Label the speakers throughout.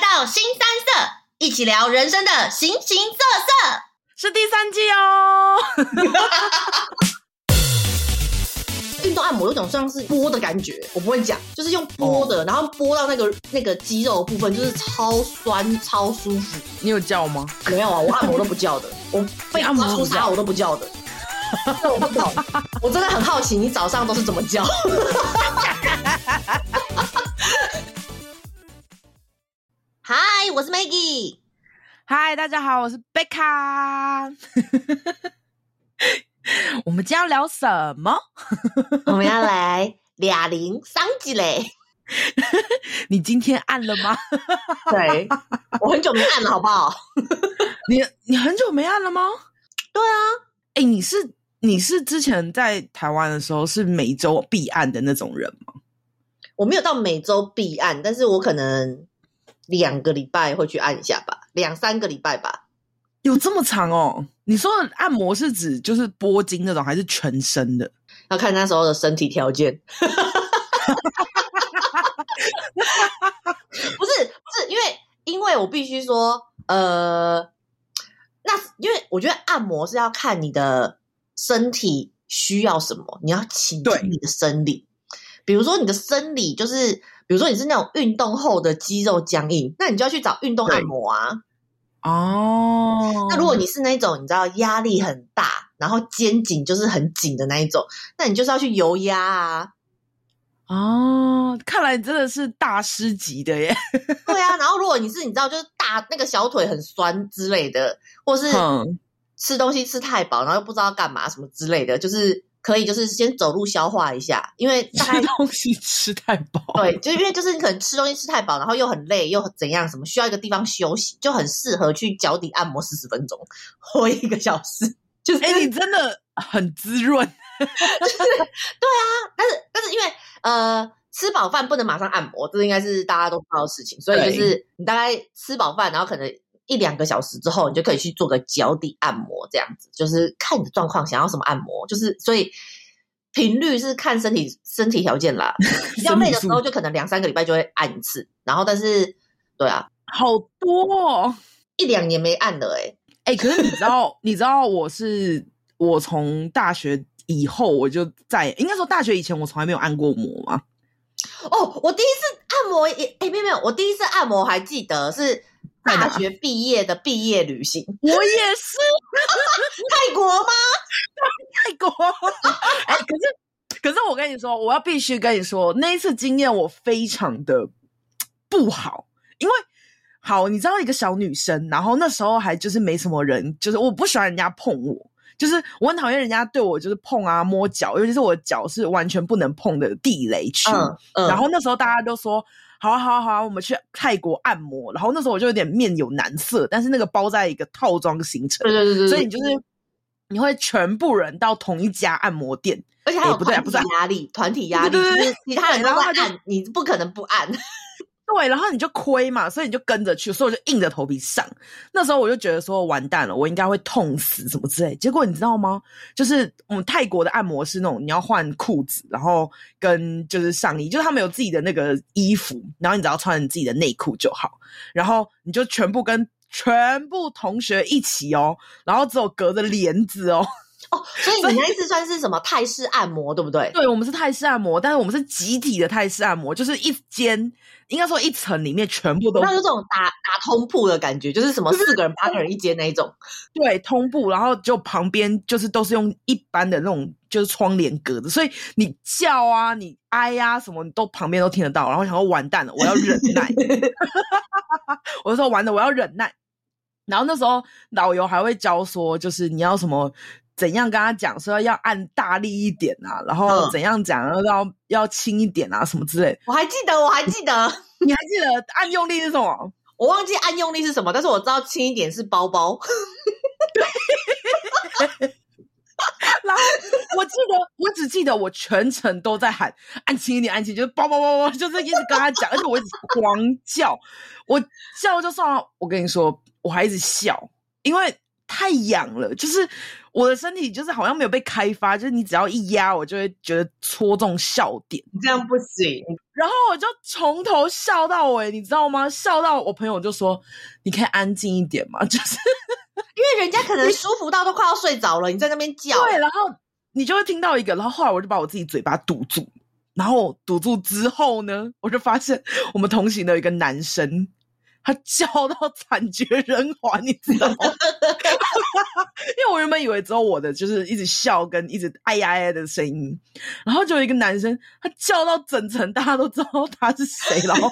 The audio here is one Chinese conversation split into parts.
Speaker 1: 到新三色，一起聊人生的形形色色。
Speaker 2: 是第三季哦。
Speaker 3: 运动按摩有种像是拨的感觉，我不会讲，就是用拨
Speaker 1: 哦
Speaker 3: 的，然后拨到那个那个肌肉的部分，就是超酸超舒 服。
Speaker 2: 你有叫吗？
Speaker 3: 没有啊，我按摩都不叫的，我被
Speaker 2: 按摩
Speaker 3: 抓
Speaker 2: 都不
Speaker 3: 出
Speaker 2: 叫
Speaker 3: 痧我都 不叫的。这我不懂，我真的很好奇你早上都是怎么叫。
Speaker 1: 嗨，我是 Maggie。
Speaker 2: 嗨，大家好，我是贝卡。我们今天要聊什么？
Speaker 1: 我们要来俩零三级嘞，
Speaker 2: 你今天按了吗？
Speaker 3: 对，
Speaker 1: 我很久没按了，好不好？
Speaker 2: 你你很久没按了吗？
Speaker 1: 对啊，
Speaker 2: 哎、你是你是之前在台湾的时候是每周必按的那种人吗？
Speaker 3: 我没有到每周必按，但是我可能两个礼拜会去按一下吧，两三个礼拜吧。
Speaker 2: 有这么长哦？你说的按摩是指就是拨筋那种，还是全身的？
Speaker 3: 要看那时候的身体条 件。不是不是，因为因为我必须说，呃，那因为我觉得按摩是要看你的身体需要什么，你要倾
Speaker 2: 对
Speaker 3: 听你的生理。比如说你的生理就是，比如说你是那种运动后的肌肉僵硬，那你就要去找运动按
Speaker 2: 对
Speaker 3: 摩啊。
Speaker 2: 哦，
Speaker 3: 那如果你是那种你知道压力很大，然后肩颈就是很紧的那一种，那你就是要去油压啊，
Speaker 2: 哦，看来你真的是大师级的耶。
Speaker 3: 对啊。然后如果你是你知道就是大那个小腿很酸之类的，或是
Speaker 2: 嗯，
Speaker 3: 吃东西吃太饱，然后又不知道干嘛什么之类的，就是可以就是先走路消化一下，因为大
Speaker 2: 吃
Speaker 3: 概
Speaker 2: 东西吃太饱。
Speaker 3: 对，就是因为就是你可能吃东西吃太饱，然后又很累又怎样什么，需要一个地方休息，就很适合去脚底按摩四十分钟或一个小时，就是
Speaker 2: 哎、你真的很滋润。
Speaker 3: 但是但是因为呃吃饱饭不能马上按摩，这应该是大家都知道的事情，所以
Speaker 2: 对
Speaker 3: 就是你大概吃饱饭，然后可能一两个小时之后，你就可以去做个脚底按摩，这样子就是看你的状况，想要什么按摩，就是所以频率是看身体身体条件 啦，比较累的时候就可能两三个礼拜就会按一次，然后但是对啊，
Speaker 2: 好多哦。
Speaker 3: 一两年没按了哎、欸，
Speaker 2: 哎、可是你知道， 你知道我是我从大学以后我就再应该说大学以前我从来没有按过摩嘛。
Speaker 3: 哦，我第一次按摩也哎、没有没有，我第一次按摩还记得是
Speaker 2: 在哪
Speaker 3: 大学毕业的毕业旅行，
Speaker 2: 我也是
Speaker 3: 泰国吗？
Speaker 2: 泰国。 哎、可是可是我跟你说，我要必须跟你说，那一次经验我非常的不好，因为好，你知道一个小女生，然后那时候还就是没什么人，就是我不喜欢人家碰我。就是我很讨厌人家对我就是碰啊摸脚，尤其是我脚是完全不能碰的地雷区。
Speaker 3: 嗯嗯，
Speaker 2: 然后那时候大家都说，好啊好啊好啊，我们去泰国按摩。然后那时候我就有点面有难色，但是那个包在一个套装行程，
Speaker 3: 对对对对，
Speaker 2: 所以你就是你会全部人到同一家按摩店，
Speaker 3: 而且还有
Speaker 2: 哎不对啊
Speaker 3: 团
Speaker 2: 不
Speaker 3: 体
Speaker 2: 是啊
Speaker 3: 压力，团体压力，
Speaker 2: 对对对
Speaker 3: 就是其他人都
Speaker 2: 然后
Speaker 3: 在
Speaker 2: 他就
Speaker 3: 按，你不可能不按。
Speaker 2: 对，然后你就亏嘛，所以你就跟着去，所以我就硬着头皮上。那时候我就觉得说完蛋了，我应该会痛死什么之类。结果你知道吗？就是我们泰国的按摩是那种你要换裤子，然后跟就是上衣，就是他们有自己的那个衣服，然后你只要穿你自己的内裤就好，然后你就全部跟全部同学一起哦，然后只有隔着帘子哦。
Speaker 3: 所以你那一次算是什么泰式按摩，对不对？
Speaker 2: 对，我们是泰式按摩，但是我们是集体的泰式按摩，就是一间应该说一层里面全部都
Speaker 3: 那有种打打通铺的感觉，就是什么四个人、八个人一间那一种。
Speaker 2: 对，通布，然后就旁边就是都是用一般的那种就是窗帘隔着，所以你叫啊，你哀呀、啊、什么，你都旁边都听得到。然后想说完蛋了，我要忍 耐，我就说完了，我要忍耐。然后那时候导游还会教说，就是你要什么。怎样跟他讲说要按大力一点啊，然后
Speaker 3: 嗯
Speaker 2: 怎样讲要要轻一点啊，什么之类的。
Speaker 3: 我还记得，我还记得，
Speaker 2: 你还记得按用力是什么？
Speaker 3: 我忘记按用力是什么，但是我知道轻一点是包包。
Speaker 2: 然后我记得，我只记得我全程都在喊安静一点，安静，就是叭叭叭叭，就是一直跟他讲，而且我一直狂叫，我叫就算了，我跟你说，我还一直笑，因为太痒了，就是我的身体就是好像没有被开发，就是你只要一压，我就会觉得戳中笑点，
Speaker 3: 你这样不行，
Speaker 2: 然后我就从头笑到尾，你知道吗？笑到我朋友就说：“你可以安静一点嘛。”就是
Speaker 3: 因为人家可能舒服到都快要睡着了，你在那边叫，
Speaker 2: 对，然后你就会听到一个，然后后来我就把我自己嘴巴堵住，然后堵住之后呢，我就发现我们同行的有一个男生，他叫到惨绝人寰，你知道吗？ 因为我原本以为只有我的就是一直笑跟一直哎呀哎呀的声音，然后就有一个男生，他叫到整层大家都知道他是谁，然后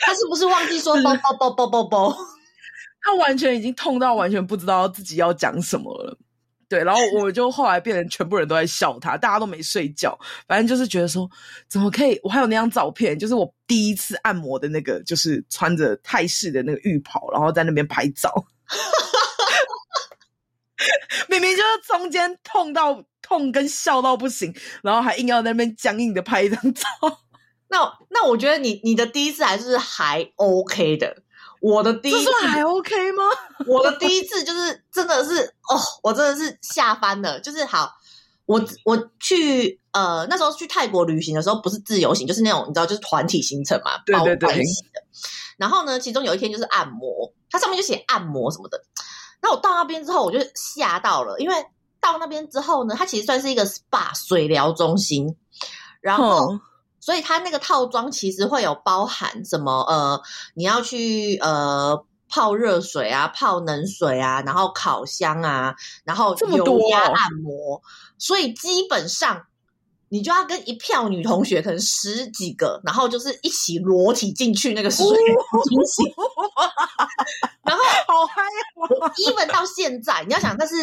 Speaker 3: 他是不是忘记说包包包包包包？
Speaker 2: 他完全已经痛到完全不知道自己要讲什么了。对，然后我就后来变成全部人都在笑他，大家都没睡觉，反正就是觉得说怎么可以？我还有那张照片，就是我第一次按摩的那个，就是穿着泰式的那个浴袍，然后在那边拍照。 明明就是中间痛到痛跟笑到不行，然后还硬要在那边僵硬的拍一张照。
Speaker 3: 那那我觉得你你的第一次还是还 OK 的，我的第
Speaker 2: 这
Speaker 3: 一次
Speaker 2: 算还 OK 吗？
Speaker 3: 我的第一次就是真的是哦，我真的是吓翻了。就是好，我我去呃那时候去泰国旅行的时候，不是自由行，就是那种你知道就是团体行程嘛，
Speaker 2: 对
Speaker 3: 包
Speaker 2: 对
Speaker 3: 在
Speaker 2: 对
Speaker 3: 一起的。然后呢，其中有一天就是按摩，它上面就写按摩什么的。那我到那边之后，我就吓到了，因为到那边之后呢，它其实算是一个 SPA 水疗中心，
Speaker 2: 啊
Speaker 3: 然后。
Speaker 2: 哼
Speaker 3: 所以它那个套装其实会有包含什么呃，你要去呃泡热水啊、泡冷水啊，然后烤箱啊，然后
Speaker 2: 这么
Speaker 3: 油
Speaker 2: 多
Speaker 3: 压
Speaker 2: 哦
Speaker 3: 按摩，所以基本上你就要跟一票女同学，可能十几个，然后就是一起裸体进去那个
Speaker 2: 哦
Speaker 3: 水 清洗。然后
Speaker 2: 好嗨
Speaker 3: 我 even 到现在，你要想那是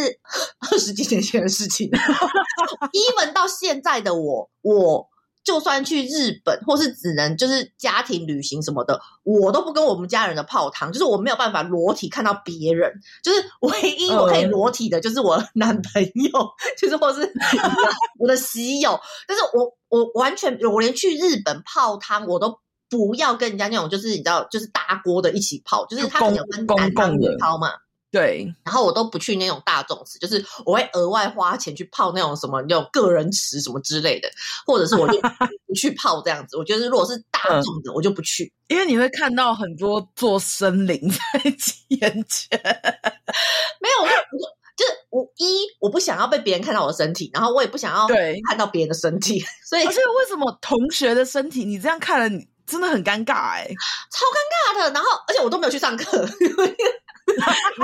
Speaker 3: 二十几年前的事 情。even 到现在的我，我就算去日本，或是只能就是家庭旅行什么的，我都不跟我们家人的泡汤，就是我没有办法裸体看到别人，就是唯一我可以
Speaker 2: 嗯
Speaker 3: 裸体的，就是我男朋友， 就是或是你知道我的喜友，但是我我完全我连去日本泡汤我都。不要跟人家那种，就是你知道，就是大锅的一起泡，就是
Speaker 2: 就
Speaker 3: 他可能有
Speaker 2: 公
Speaker 3: 分
Speaker 2: 公
Speaker 3: 男汤
Speaker 2: 共
Speaker 3: 女
Speaker 2: 的
Speaker 3: 汤嘛，
Speaker 2: 对，
Speaker 3: 然后我都不去那种大众池，就是我会额外花钱去泡那种什么那种个人池什么之类的，或者是我就不去泡这样子。我觉得如果是大众的，我就不去。
Speaker 2: 因为你会看到很多座森林 在眼前。
Speaker 3: 没有，我就我就就是我一我不想要被别人看到我的身体，然后我也不想要
Speaker 2: 对
Speaker 3: 看到别人的身体，所以
Speaker 2: 而且哦为什么同学的身体你这样看了，你真的很尴尬哎、
Speaker 3: 超尴尬的。然后而且我都没有去上课，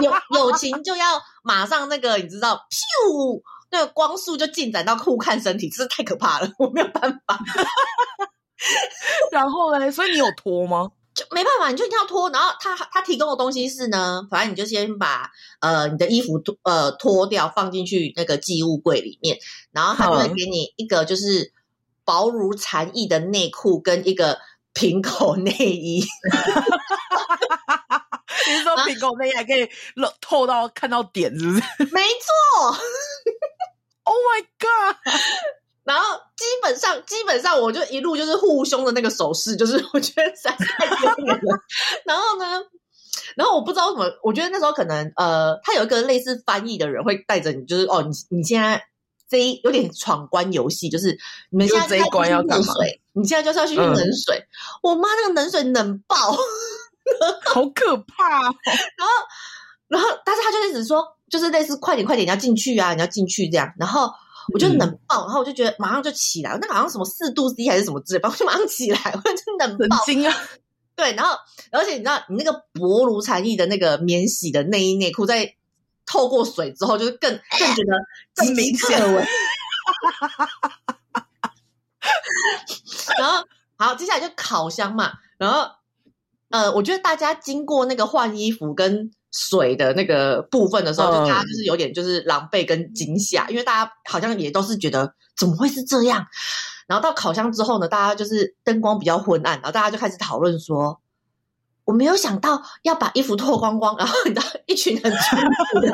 Speaker 3: 友友情就要马上那个你知道，咻，那个光速就进展到互看身体，真是太可怕了，我没有办法。
Speaker 2: 然后嘞，所以你有脱吗？
Speaker 3: 就没办法，你就一定要脱。然后他他提供的东西是呢，反正你就先把呃你的衣服脱呃脱掉，放进去那个寄物柜里面，然后他就会
Speaker 2: 嗯
Speaker 3: 给你一个就是薄如蝉翼的内裤跟一个平口内衣。
Speaker 2: 你是说苹果内还可以露透到看到点，是不是
Speaker 3: 没错，
Speaker 2: ？Oh my god！
Speaker 3: 然后基本上基本上我就一路就是护胸的那个手势，就是 我觉得实在太丢脸了。 然后呢，然后我不知道为什么，我觉得那时候可能呃，他有一个类似翻译的人会带着你，就是哦，你你现在这一有点闯关游戏，就是你们现在
Speaker 2: 就这一关要干嘛
Speaker 3: 去冷水，你现在就是要去
Speaker 2: 嗯
Speaker 3: 冷水。我妈那个冷水冷爆，
Speaker 2: 好可怕、哦！
Speaker 3: 然后但是他就一直说，就是类似快点快点，你要进去啊，你要进去这样。然后我就冷爆，然后我就觉得马上就起来，那个好像什么四度 C 还是什么之类，反正我就马上起来，我就冷
Speaker 2: 神
Speaker 3: 爆。
Speaker 2: 经啊！
Speaker 3: 对，然后而且你知道，你那个薄如蝉翼的那个免洗的内衣内裤，在透过水之后，就是更更觉得
Speaker 2: 更明 显
Speaker 3: 了。 然后好，接下来就烤箱嘛，然后呃，我觉得大家经过那个换衣服跟水的那个部分的时候，就
Speaker 2: 嗯
Speaker 3: 大家就是有点就是狼狈跟惊吓，因为大家好像也都是觉得怎么会是这样。然后到烤箱之后呢，大家就是灯光比较昏暗，然后大家就开始讨论说，我没有想到要把衣服脱光光，然后你知道一群很淳朴的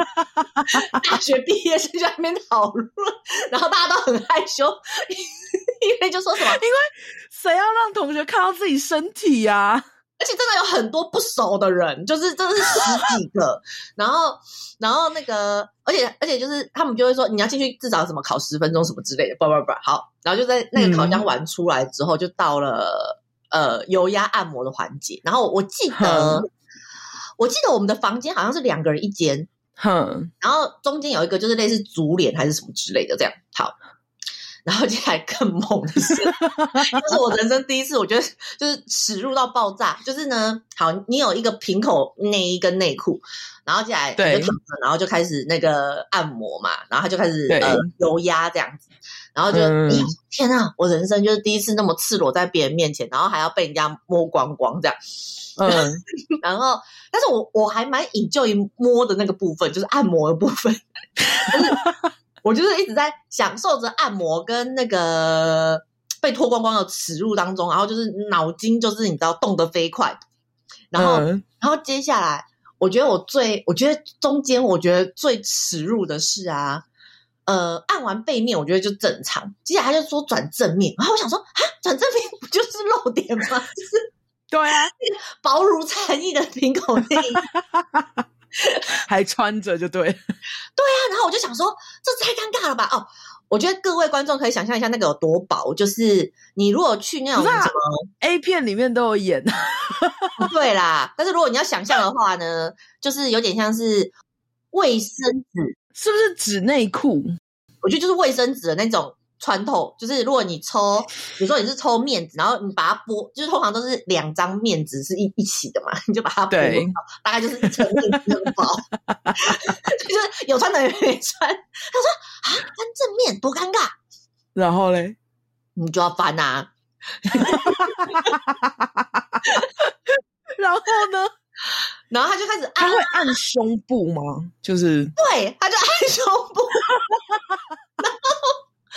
Speaker 3: 大学毕业生就在那边讨论，然后大家都很害羞，因为就说什么
Speaker 2: 谁要让同学看到自己身体呀、啊？
Speaker 3: 而且真的有很多不熟的人，就是真的是十几个，然后然后那个，而且而且就是他们就会说你要进去至少什么考十分钟什么之类的，叭叭叭，好，然后就在那个烤箱玩出来之后，就到了、呃油压按摩的环节，然后我记得、我记得我们的房间好像是两个人一间，
Speaker 2: 哼，
Speaker 3: 然后中间有一个就是类似竹帘还是什么之类的，这样好。然后接下来更猛的是， 这是我人生第一次，我觉得就是耻辱到爆炸。就是呢，好，你有一个平口内衣跟内裤，然后接下来你就
Speaker 2: 对
Speaker 3: 躺着，然后就开始那个按摩嘛，然后他就开始
Speaker 2: 对
Speaker 3: 呃油压这样子，然后就、
Speaker 2: 嗯
Speaker 3: 咦天啊，我人生就是第一次那么赤裸在别人面前，然后还要被人家摸光光这样。
Speaker 2: 嗯，
Speaker 3: 然后，但是我我还蛮引咎于摸的那个部分，就是按摩的部分，就是我就是一直在享受着按摩跟那个被脱光光的耻辱当中，然后就是脑筋就是你知道动得飞快，然后、
Speaker 2: 嗯
Speaker 3: 然后接下来，我觉得我最我觉得中间我觉得最耻辱的是啊。呃，按完背面我觉得就正常，接下来他就说转正面，然后我想说啊，转正面不就是露点吗？就是
Speaker 2: 对啊，
Speaker 3: 薄如蝉翼的平口内衣，
Speaker 2: 还穿着就对，
Speaker 3: 然后我就想说，这太尴尬了吧？哦，我觉得各位观众可以想象一下那个有多薄，就是你如果去那种
Speaker 2: 不是啊
Speaker 3: 什
Speaker 2: A 片里面都有演，
Speaker 3: 么，对啦，但是如果你要想象的话呢，就是有点像是卫生纸，
Speaker 2: 是不是指内裤？
Speaker 3: 我觉得就是卫生纸的那种。穿透就是，如果你抽，比如说你是抽面纸，然后你把它剥，就是通常都是两张面纸是一一起的嘛， 你就把它剥
Speaker 2: 对，
Speaker 3: 大概就是一层面纸那么薄，就是有穿的人没穿。他说啊，翻正面多尴尬，
Speaker 2: 然后嘞，
Speaker 3: 你就要翻啊。
Speaker 2: 然后呢？
Speaker 3: 然后他就开始按
Speaker 2: 他，会按胸部吗？就是
Speaker 3: 对，他就按胸部， 然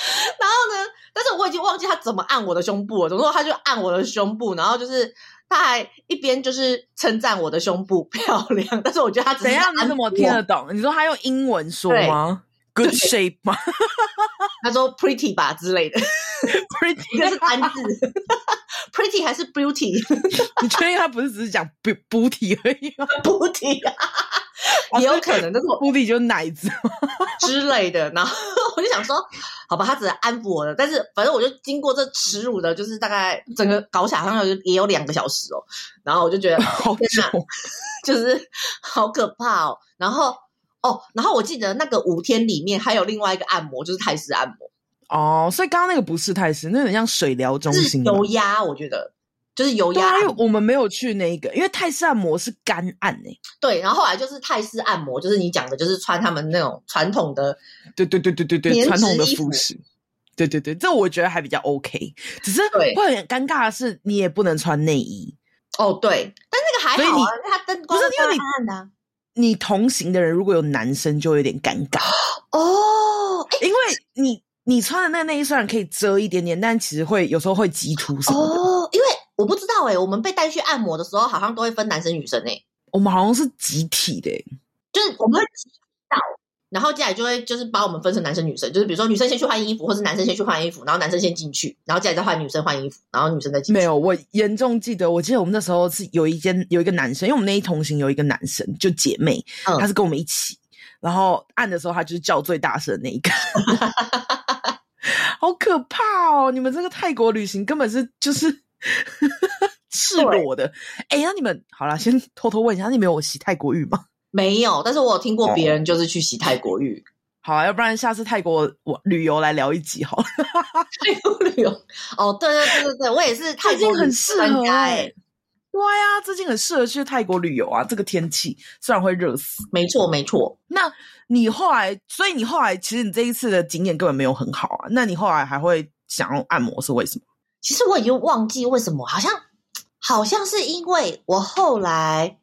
Speaker 3: 后，然后呢？但是我已经忘记他怎么按我的胸部了。总之，他就按我的胸部，然后就是他还一边就是称赞我的胸部漂亮，但是我觉得他只
Speaker 2: 怎
Speaker 3: 是
Speaker 2: 样？你
Speaker 3: 按
Speaker 2: 怎么
Speaker 3: 摩
Speaker 2: 听得懂？你说他用英文说吗？Good shape 吗
Speaker 3: 他说 pretty 吧之类的，应该
Speaker 2: ？Pretty？
Speaker 3: 是单字 ，pretty 还是 beauty
Speaker 2: 你确定他不是只是讲补补体而已 吗？
Speaker 3: beauty 啊？也有可能，但是我
Speaker 2: 补体就是奶子吗，
Speaker 3: 之类的。然后 我就想说，好吧，他只能安抚我了。但是反正我就经过这耻辱的，就是大概整个搞起来好像有也有两个小时哦。然后我就觉得
Speaker 2: 好久。
Speaker 3: 就是好可怕哦。然后哦，然后我记得那个五天里面还有另外一个按摩，就是泰式按摩，
Speaker 2: 哦，所以刚刚那个不是泰式，那有点像水疗中
Speaker 3: 是
Speaker 2: 心吧。啊
Speaker 3: 油压，我觉得就是油
Speaker 2: 对
Speaker 3: 压
Speaker 2: 啊，
Speaker 3: 按
Speaker 2: 因
Speaker 3: 摩
Speaker 2: 为我们没有去那一个，因为泰式按摩是干啊按诶、
Speaker 3: 对。然后后来就是泰式按摩，就是你讲的，就是穿他们那种传统的
Speaker 2: 对对对对对对，
Speaker 3: 棉
Speaker 2: 传统
Speaker 3: 质
Speaker 2: 的
Speaker 3: 衣服
Speaker 2: 服饰。对对对，这我觉得还比较 OK，只是
Speaker 3: 对
Speaker 2: 会有点尴尬的是，你也不能穿内衣。
Speaker 3: 哦，对，但那个还好啊
Speaker 2: 所，
Speaker 3: 因为它灯光
Speaker 2: 不是因为你
Speaker 3: 暗暗的啊
Speaker 2: 你同行的人如果有男生，就会有点尴尬，
Speaker 3: 哦，哎
Speaker 2: 因为你你穿的那个内衣虽然可以遮一点点，但其实会有时候会激突什么的。
Speaker 3: 哦，因为我不知道哎、我们被带去按摩的时候，好像都会分男生女生哎、
Speaker 2: 我们好像是集体的欸、
Speaker 3: 就是我们会提到，然后接下来就会就是把我们分成男生女生，就是比如说女生先去换衣服，或是男生先去换衣服，然后男生先进去，然后接下来再换女生换衣服，然后女生再进去。
Speaker 2: 没有，我严重记得，我记得我们那时候是有一间有一个男生，因为我们那一同行有一个男生，就姐妹，
Speaker 3: 嗯
Speaker 2: 他是跟我们一起，然后按的时候他就是叫最大声的那一个， 好可怕哦！你们这个泰国旅行根本是就是 赤裸的，哎、那你们好啦，先偷偷问一下，那你们有洗泰国浴吗？
Speaker 3: 没有，但是我有听过别人就是去洗泰国浴，
Speaker 2: 好啊，要不然下次泰国我旅游来聊一集好了。
Speaker 3: 泰 国旅游。哦，对对对对对，我也是泰
Speaker 2: 最
Speaker 3: 国
Speaker 2: 近
Speaker 3: 旅
Speaker 2: 很
Speaker 3: 游
Speaker 2: 适
Speaker 3: 专
Speaker 2: 合
Speaker 3: 家哎、
Speaker 2: 欸对呀、最近很适合去泰国旅游啊！这个天气虽然会热死，
Speaker 3: 没错没错。
Speaker 2: 那你后来，所以你后来其实你这一次的经验根本没有很好啊。那你后来还会想要按摩是为什么？
Speaker 3: 其实我已经忘记为什么，好像好像是因为我后来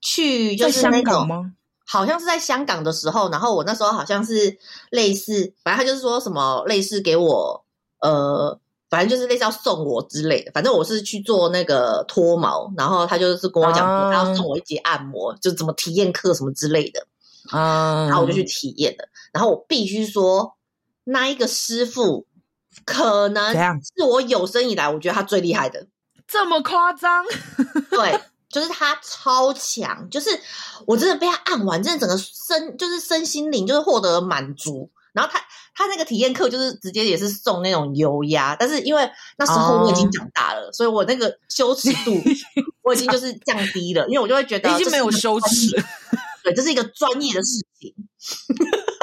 Speaker 3: 去就是
Speaker 2: 在
Speaker 3: 那
Speaker 2: 香
Speaker 3: 种
Speaker 2: 港吗？
Speaker 3: 好像是在香港的时候，然后我那时候好像是类似，反正他就是说什么类似给我呃，反正就是类似要送我之类的。反正我是去做那个脱毛，然后他就是跟我讲说
Speaker 2: 啊
Speaker 3: 他要送我一节按摩，就怎么体验课什么之类的，
Speaker 2: 啊、
Speaker 3: 然后我就去体验了。然后我必须说，那一个师傅可能
Speaker 2: 嗯怎样
Speaker 3: 是我有生以来我觉得他最厉害的。
Speaker 2: 这么夸张？
Speaker 3: 对，就是他超强，就是我真的被他按完，真的整个身就是身心灵就是获得了满足。然后他他那个体验课就是直接也是送那种油压，但是因为那时候我已
Speaker 2: 哦
Speaker 3: 经长大了所以我那个羞耻 度我已经就是降低了，因为我就会觉得
Speaker 2: 已经
Speaker 3: 这是
Speaker 2: 没有
Speaker 3: 一个
Speaker 2: 羞
Speaker 3: 专
Speaker 2: 耻
Speaker 3: 业，对，这是一个专业的事情。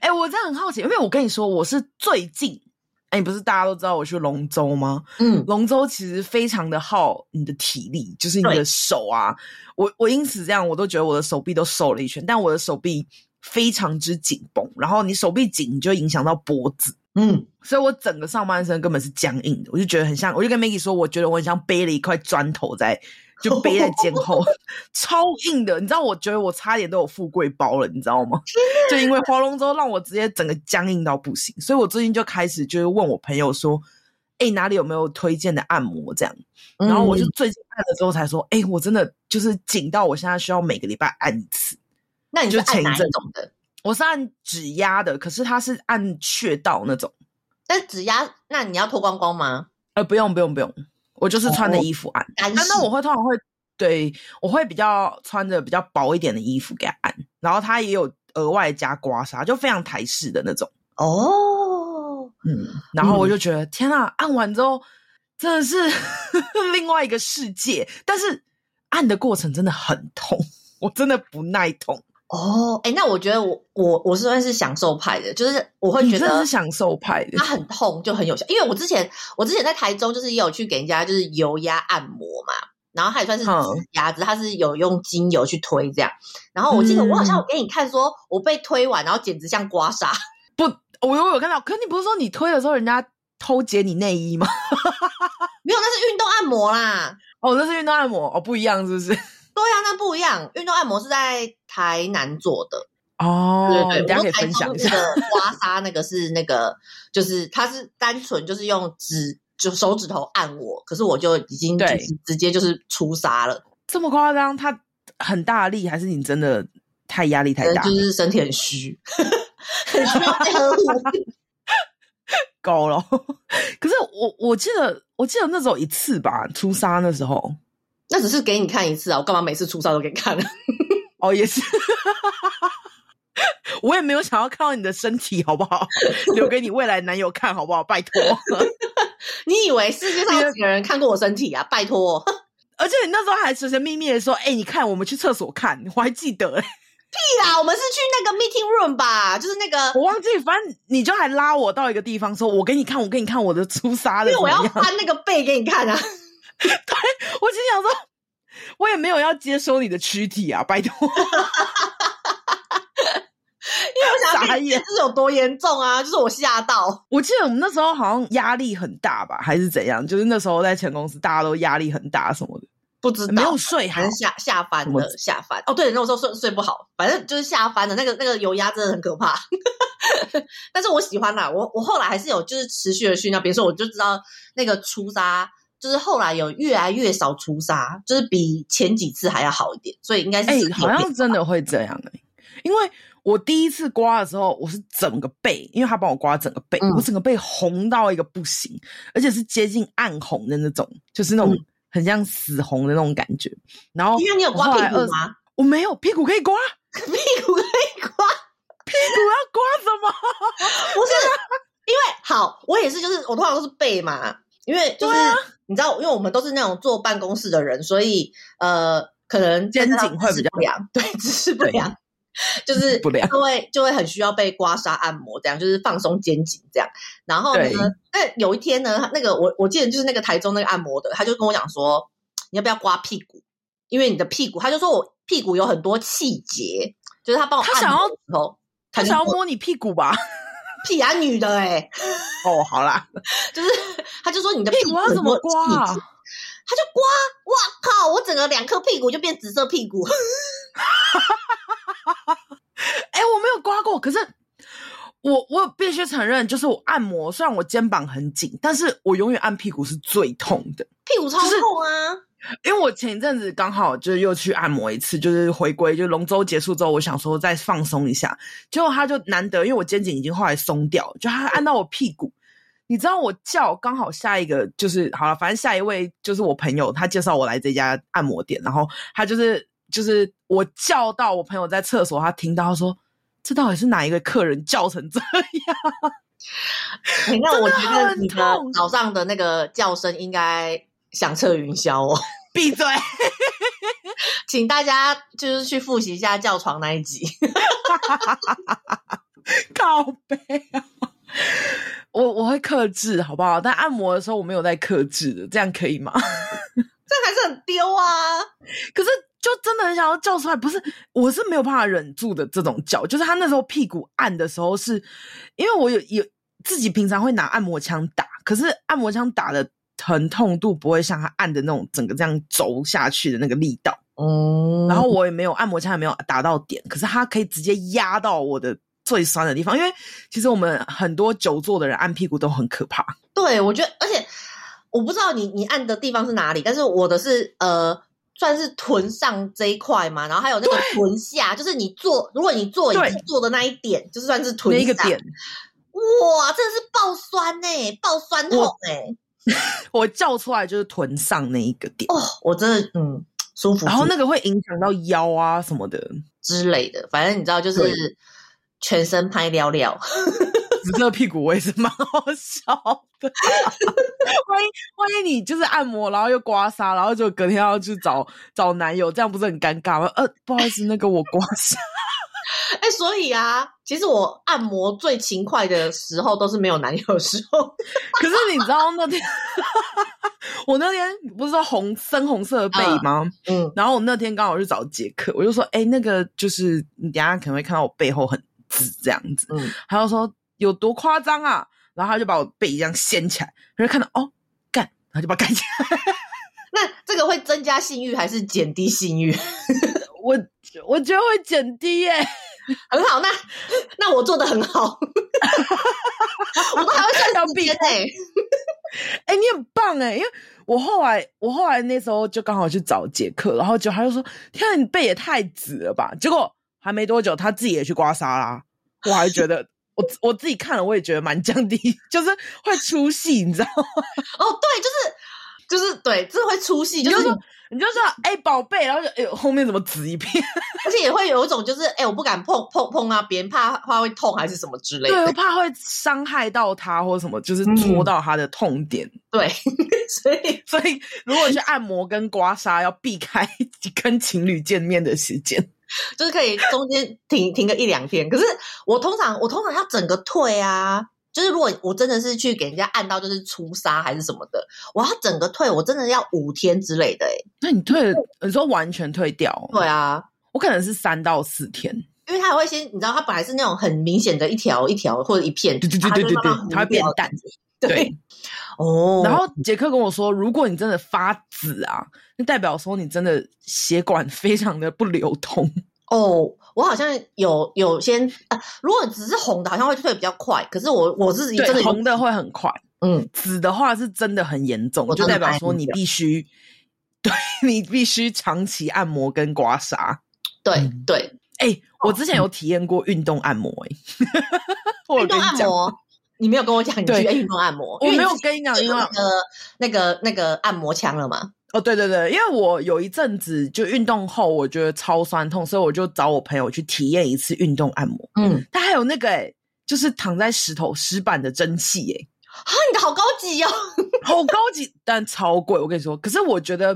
Speaker 2: 哎、我真的很好奇，因为我跟你说，我是最近，哎、不是大家都知道我去龙舟吗？
Speaker 3: 嗯，
Speaker 2: 龙舟其实非常的耗你的体力，就是你的
Speaker 3: 对
Speaker 2: 手啊。我我因此这样，我都觉得我的手臂都瘦了一圈，但我的手臂非常之紧绷，然后你手臂紧，你就影响到脖子。
Speaker 3: 嗯，
Speaker 2: 所以我整个上半身根本是僵硬的，我就觉得很像，我就跟 Maggie 说，我觉得我很像背了一块砖头在，就背在肩后，超硬的。你知道，我觉得我差点都有富贵包了，你知道吗？就因为划龙舟让我直接整个僵硬到不行，所以我最近就开始就是问我朋友说，哎、哪里有没有推荐的按摩这样？然后我就
Speaker 3: 嗯
Speaker 2: 最近按了之后才说，哎、我真的就是紧到我现在需要每个礼拜按一次。
Speaker 3: 那你是
Speaker 2: 就前
Speaker 3: 按
Speaker 2: 一
Speaker 3: 哪一
Speaker 2: 阵
Speaker 3: 种的？
Speaker 2: 我是按指压的，可是它是按穴道那种。
Speaker 3: 但是指压，那你要脱光光吗？
Speaker 2: 呃，不用不用不用，我就是穿着
Speaker 3: 哦
Speaker 2: 衣服按。
Speaker 3: 干
Speaker 2: 那
Speaker 3: 式
Speaker 2: 啊那我会通常会对我会比较穿着比较薄一点的衣服给他按，然后他也有额外加刮痧，就非常台式的那种。
Speaker 3: 哦，
Speaker 2: 嗯，然后我就觉得、天啊，按完之后真的是 另外一个世界，但是按的过程真的很痛，我真的不耐痛，
Speaker 3: 哦，哎、那我觉得我我我是算是享受派的，就是我会
Speaker 2: 你
Speaker 3: 觉
Speaker 2: 真的
Speaker 3: 得啊
Speaker 2: 是享受派的
Speaker 3: 它。很痛就很有效，因为我之前我之前在台中就是也有去给人家就是油压按摩嘛，然后它也算是
Speaker 2: 嗯
Speaker 3: 指压子，它是有用精油去推这样，然后我记得我好
Speaker 2: 嗯
Speaker 3: 像有给你看说我被推完，然后简直像刮痧，
Speaker 2: 我有有看到，可你不是说你推的时候人家偷解你内衣吗？
Speaker 3: 没有，那是运动按摩啦，
Speaker 2: 哦，那是运动按摩哦，不一样是不是？
Speaker 3: 对呀、那不一样，运动按摩是在台南做的，
Speaker 2: 哦，
Speaker 3: 对对
Speaker 2: 大
Speaker 3: 对，我
Speaker 2: 家可以
Speaker 3: 说台
Speaker 2: 分
Speaker 3: 中
Speaker 2: 享一
Speaker 3: 那
Speaker 2: 下。
Speaker 3: 个 刮痧那个是那个，就是它是单纯就是用指就手指头按我，可是我就已经就
Speaker 2: 对
Speaker 3: 是直接就是出痧了，
Speaker 2: 这么夸张？他很大力，还是你真的太压力
Speaker 3: 可
Speaker 2: 太
Speaker 3: 能
Speaker 2: 大？
Speaker 3: 呃就是身体很虚， 很需要被呵护。
Speaker 2: 高了。 可是我我记得我记得那时候一次吧，出痧那时候
Speaker 3: 那只是给你看一次啊，我干嘛每次出痧都给你看？啊
Speaker 2: 哦也是， 我也没有想要看到你的身体，好不好？留给你未来男友看，好不好？拜托。
Speaker 3: 你以为世界上有几个人看过我身体啊？拜托， 屁
Speaker 2: 而且你那时候还神神秘秘的说：“哎、你看，我们去厕所看。”我还记得、 欸，
Speaker 3: 啦，我们是去那个 meeting room 吧，就是那个
Speaker 2: 我，忘记，反正你就还拉我到一个地方，说：“我给你看，我给你看我的出痧
Speaker 3: 因
Speaker 2: 的。”
Speaker 3: 为我要
Speaker 2: 怎么样
Speaker 3: 翻那个背给你看啊。
Speaker 2: 我心想说，我也没有要接收你的躯体啊，拜托。
Speaker 3: 因为我想
Speaker 2: 傻
Speaker 3: 要给你看
Speaker 2: 眼
Speaker 3: 这是有多严重啊，就是我吓到。
Speaker 2: 我记得我们那时候好像压力很大吧，还是怎样？就是那时候在前公司，大家都压力很大什么的，
Speaker 3: 不知道
Speaker 2: 没有睡好
Speaker 3: 反。正下下翻
Speaker 2: 我
Speaker 3: 了，下翻哦，对，那时候睡睡不好，反正就是下翻了。那个那个油压真的很可怕， 但是我喜欢啦。我我后来还是有就是持续的去那边，所以我就知道那个出痧，就是后来有越来越少出痧，就是比前几次还要好一点，所以应该是
Speaker 2: 哎、
Speaker 3: 身体
Speaker 2: 好
Speaker 3: 有
Speaker 2: 像
Speaker 3: 变
Speaker 2: 真的会这样哎、因为我第一次刮的时候，我是整个背，因为他帮我刮整个背，
Speaker 3: 嗯
Speaker 2: 我整个背红到一个不行，而且是接近暗红的那种，就是那种
Speaker 3: 嗯
Speaker 2: 很像死红的那种感觉。然后
Speaker 3: 因为你有
Speaker 2: 我
Speaker 3: 刮
Speaker 2: 后
Speaker 3: 屁
Speaker 2: 来
Speaker 3: 股
Speaker 2: 二十
Speaker 3: 吗？
Speaker 2: 我没有屁股可以刮，
Speaker 3: 屁股可以刮，
Speaker 2: 屁股要刮什么？
Speaker 3: 不是，因为好，我也是，就是我通常都是背嘛，因为就是、
Speaker 2: 对啊
Speaker 3: 你知道，因为我们都是那种坐办公室的人，所以呃，可能
Speaker 2: 肩颈会
Speaker 3: 姿
Speaker 2: 比较
Speaker 3: 势不 良，对，姿势不
Speaker 2: 对
Speaker 3: 良， 就是
Speaker 2: 不良
Speaker 3: 就会就会很需要被刮痧按摩，这样就是放松肩颈这样。然后呢
Speaker 2: 对，
Speaker 3: 那有一天呢，那个我我记得就是那个台中那个按摩的，他就跟我讲说，你要不要刮屁股？因为你的屁股，他就说我屁股有很多气节，就是他帮我
Speaker 2: 他
Speaker 3: 按
Speaker 2: 想
Speaker 3: 摩
Speaker 2: 要
Speaker 3: 的时候，
Speaker 2: 他
Speaker 3: 就
Speaker 2: 想要
Speaker 3: 说
Speaker 2: 摸你屁股吧？
Speaker 3: 屁啊女的哎、
Speaker 2: 哦，好啦，
Speaker 3: 就是他就说你的
Speaker 2: 屁
Speaker 3: 屁
Speaker 2: 股
Speaker 3: 股
Speaker 2: 要
Speaker 3: 很
Speaker 2: 怎么
Speaker 3: 多
Speaker 2: 刮
Speaker 3: 气
Speaker 2: 啊
Speaker 3: 质他就刮，哇靠！我整个两颗屁股就变紫色屁股，
Speaker 2: 哎、我没有刮过，可是我我必须承认，就是我按摩，虽然我肩膀很紧，但是我永远按屁股是最痛的。
Speaker 3: 屁股超痛啊！
Speaker 2: 因为我前一阵子刚好就是又去按摩一次，就是回归，就龙舟结束之后，我想说再放松一下，结果他就难得，因为我肩颈已经后来松掉，就他按到我屁股，你知道我叫刚好下一个就是好了，反正下一位就是我朋友，他介绍我来这家按摩店，然后他就是就是我叫到我朋友在厕所，他听到他说。这到底是哪一个客人叫成这 样？
Speaker 3: 你看，哎我觉得你
Speaker 2: 真的
Speaker 3: 的
Speaker 2: 很痛
Speaker 3: 早上的那个叫声应该响彻云霄哦，
Speaker 2: 闭嘴！
Speaker 3: 请大家就是去复习一下叫床那一集。
Speaker 2: 靠背啊！ 我我会克制，好不好？但按摩的时候我没有在克制的，这样可以吗？
Speaker 3: 这还是很丢啊！
Speaker 2: 可是就真的很想要叫出来，不是，我是没有办法忍住的这种叫，就是他那时候屁股按的时候是，因为我有有自己平常会拿按摩枪打，可是按摩枪打的疼痛度不会像他按的那种整个这样轴下去的那个力道，
Speaker 3: 嗯，
Speaker 2: 然后我也没有按摩枪也没有打到点，可是它可以直接压到我的最酸的地方，因为其实我们很多久坐的人按屁股都很可怕，
Speaker 3: 对我觉得，而且我不知道你你按的地方是哪里，但是我的是呃，算是臀上这一块嘛，然后还有那个臀下，就是你坐，如果你坐
Speaker 2: 对
Speaker 3: 椅子坐的那一点，就算是臀
Speaker 2: 那
Speaker 3: 上
Speaker 2: 一个点，
Speaker 3: 哇，真的是爆酸呢、爆酸痛哎、
Speaker 2: 我叫出来就是臀上那一个点，
Speaker 3: 哦，我真的嗯舒服，
Speaker 2: 然后那个会影响到腰啊什么的。
Speaker 3: 之类的，反正你知道就
Speaker 2: 对
Speaker 3: 是全身拍撩撩，
Speaker 2: 紫色屁股我也是蛮好笑的。 万一万一你就是按摩，然后又刮痧，然后就隔天要去找找男友，这样不是很尴尬吗？呃，不好意思，那个我刮痧，
Speaker 3: 哎、所以啊，其实我按摩最勤快的时候都是没有男友的时候，
Speaker 2: 可是你知道那天 我那天不是说红深红色的背影吗？
Speaker 3: 嗯，
Speaker 2: 然后我那天刚好去找杰克，我就说，哎、那个就是你等一下可能会看到我背后很紫这样子，
Speaker 3: 嗯
Speaker 2: 他就说哦有多夸张啊，然后他就把我背这样掀起来，他就看到哦干，他就把它盖起来。
Speaker 3: 那这个会增加性欲还是减低性欲？
Speaker 2: 我我觉得会减低耶、
Speaker 3: 很好，那那我做的很好， 我都还会算
Speaker 2: 要
Speaker 3: 时
Speaker 2: 避
Speaker 3: 间呢、欸
Speaker 2: 哎、你很棒哎、因为我后来我后来那时候就刚好去找杰克，然后就他就说：“天啊，你背也太紫了吧！”结果还没多久，他自己也去刮痧啦。我还觉得我我自己看了，我也觉得蛮降低， 就是会出戏，你知道吗？
Speaker 3: 哦，对，就是就是对，这会出戏，
Speaker 2: 你
Speaker 3: 就
Speaker 2: 就是说你就说：“哎、宝贝。”然后就哎呦，后面怎么紫一片？
Speaker 3: 而且也会有一种就是哎、我不敢碰碰碰啊，别人怕怕会痛还是什么之类
Speaker 2: 对，哦我
Speaker 3: 的，
Speaker 2: 怕会伤害到他或什么，就是戳到他的痛点。
Speaker 3: 对， 所以
Speaker 2: 所以，如果去按摩跟刮痧，要避开 跟情侣见面的时间。
Speaker 3: 就是可以中间停停个一两天。可是我通常我通常要整个退啊。就是如果我真的是去给人家按到就是出痧还是什么的，我要整个退，我真的要五天之类的、欸。
Speaker 2: 那你退了，你说完全退掉？哦
Speaker 3: 对，啊，
Speaker 2: 我可能是三到四天。
Speaker 3: 因为它还会先，你知道，它本来是那种很明显的一条一条或者一片，
Speaker 2: 对对对对对对它会变淡。
Speaker 3: 对，哦，
Speaker 2: 然后杰克跟我说，如果你真的发紫啊，那代表说你真的血管 非常的不流通。
Speaker 3: 哦，我好像有有先、啊，如果只是红的，好像会退比较快。可是我我自己真的
Speaker 2: 对，
Speaker 3: 有
Speaker 2: 红，的会很快，
Speaker 3: 嗯，
Speaker 2: 紫的话是真的很严重，
Speaker 3: 我
Speaker 2: 就
Speaker 3: 真的
Speaker 2: 代表
Speaker 3: 蛮
Speaker 2: 说你
Speaker 3: 严重
Speaker 2: 必须，对你必须长期按摩跟刮痧。
Speaker 3: 对
Speaker 2: 嗯
Speaker 3: 对，
Speaker 2: 哎、
Speaker 3: 哦
Speaker 2: 我之前有体验过运动按摩、欸，我有
Speaker 3: 运动
Speaker 2: 跟你
Speaker 3: 按
Speaker 2: 讲，
Speaker 3: 摩，你没有跟我讲你
Speaker 2: 对
Speaker 3: 去运动按摩，
Speaker 2: 我没有
Speaker 3: 因为
Speaker 2: 跟你
Speaker 3: 你
Speaker 2: 讲
Speaker 3: 自己
Speaker 2: 运
Speaker 3: 有
Speaker 2: 动
Speaker 3: 那个那个那个按摩枪了嘛？
Speaker 2: 哦，对对对，因为我有一阵子就运动后，我觉得超酸痛，所以我就找我朋友去体验一次运动按摩。
Speaker 3: 嗯，啊，
Speaker 2: 他还有那个、欸，就是躺在石头石板的蒸汽、欸，
Speaker 3: 你的好高级哦，
Speaker 2: 好高级， 但超贵。我跟你说，可是我觉得，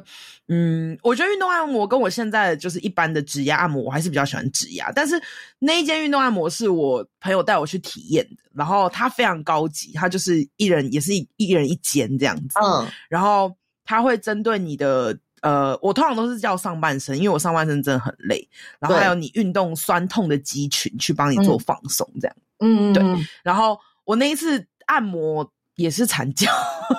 Speaker 2: 嗯，我觉得运动按摩跟我现在就是一般的指压按摩，我还是比较喜欢指压。但是那一间运动按摩是我朋友带我去体验的，然后它非常高级，它就是一人也是一一人一间这样子。
Speaker 3: 嗯
Speaker 2: 然后它会针对你的呃，我通常都是叫上半身，因为我上半身真的很累，然后
Speaker 3: 对
Speaker 2: 还有你运动酸痛的肌群去帮你做放松这样。
Speaker 3: 嗯，
Speaker 2: 对
Speaker 3: 嗯
Speaker 2: 然后我那一次按摩也是惨叫，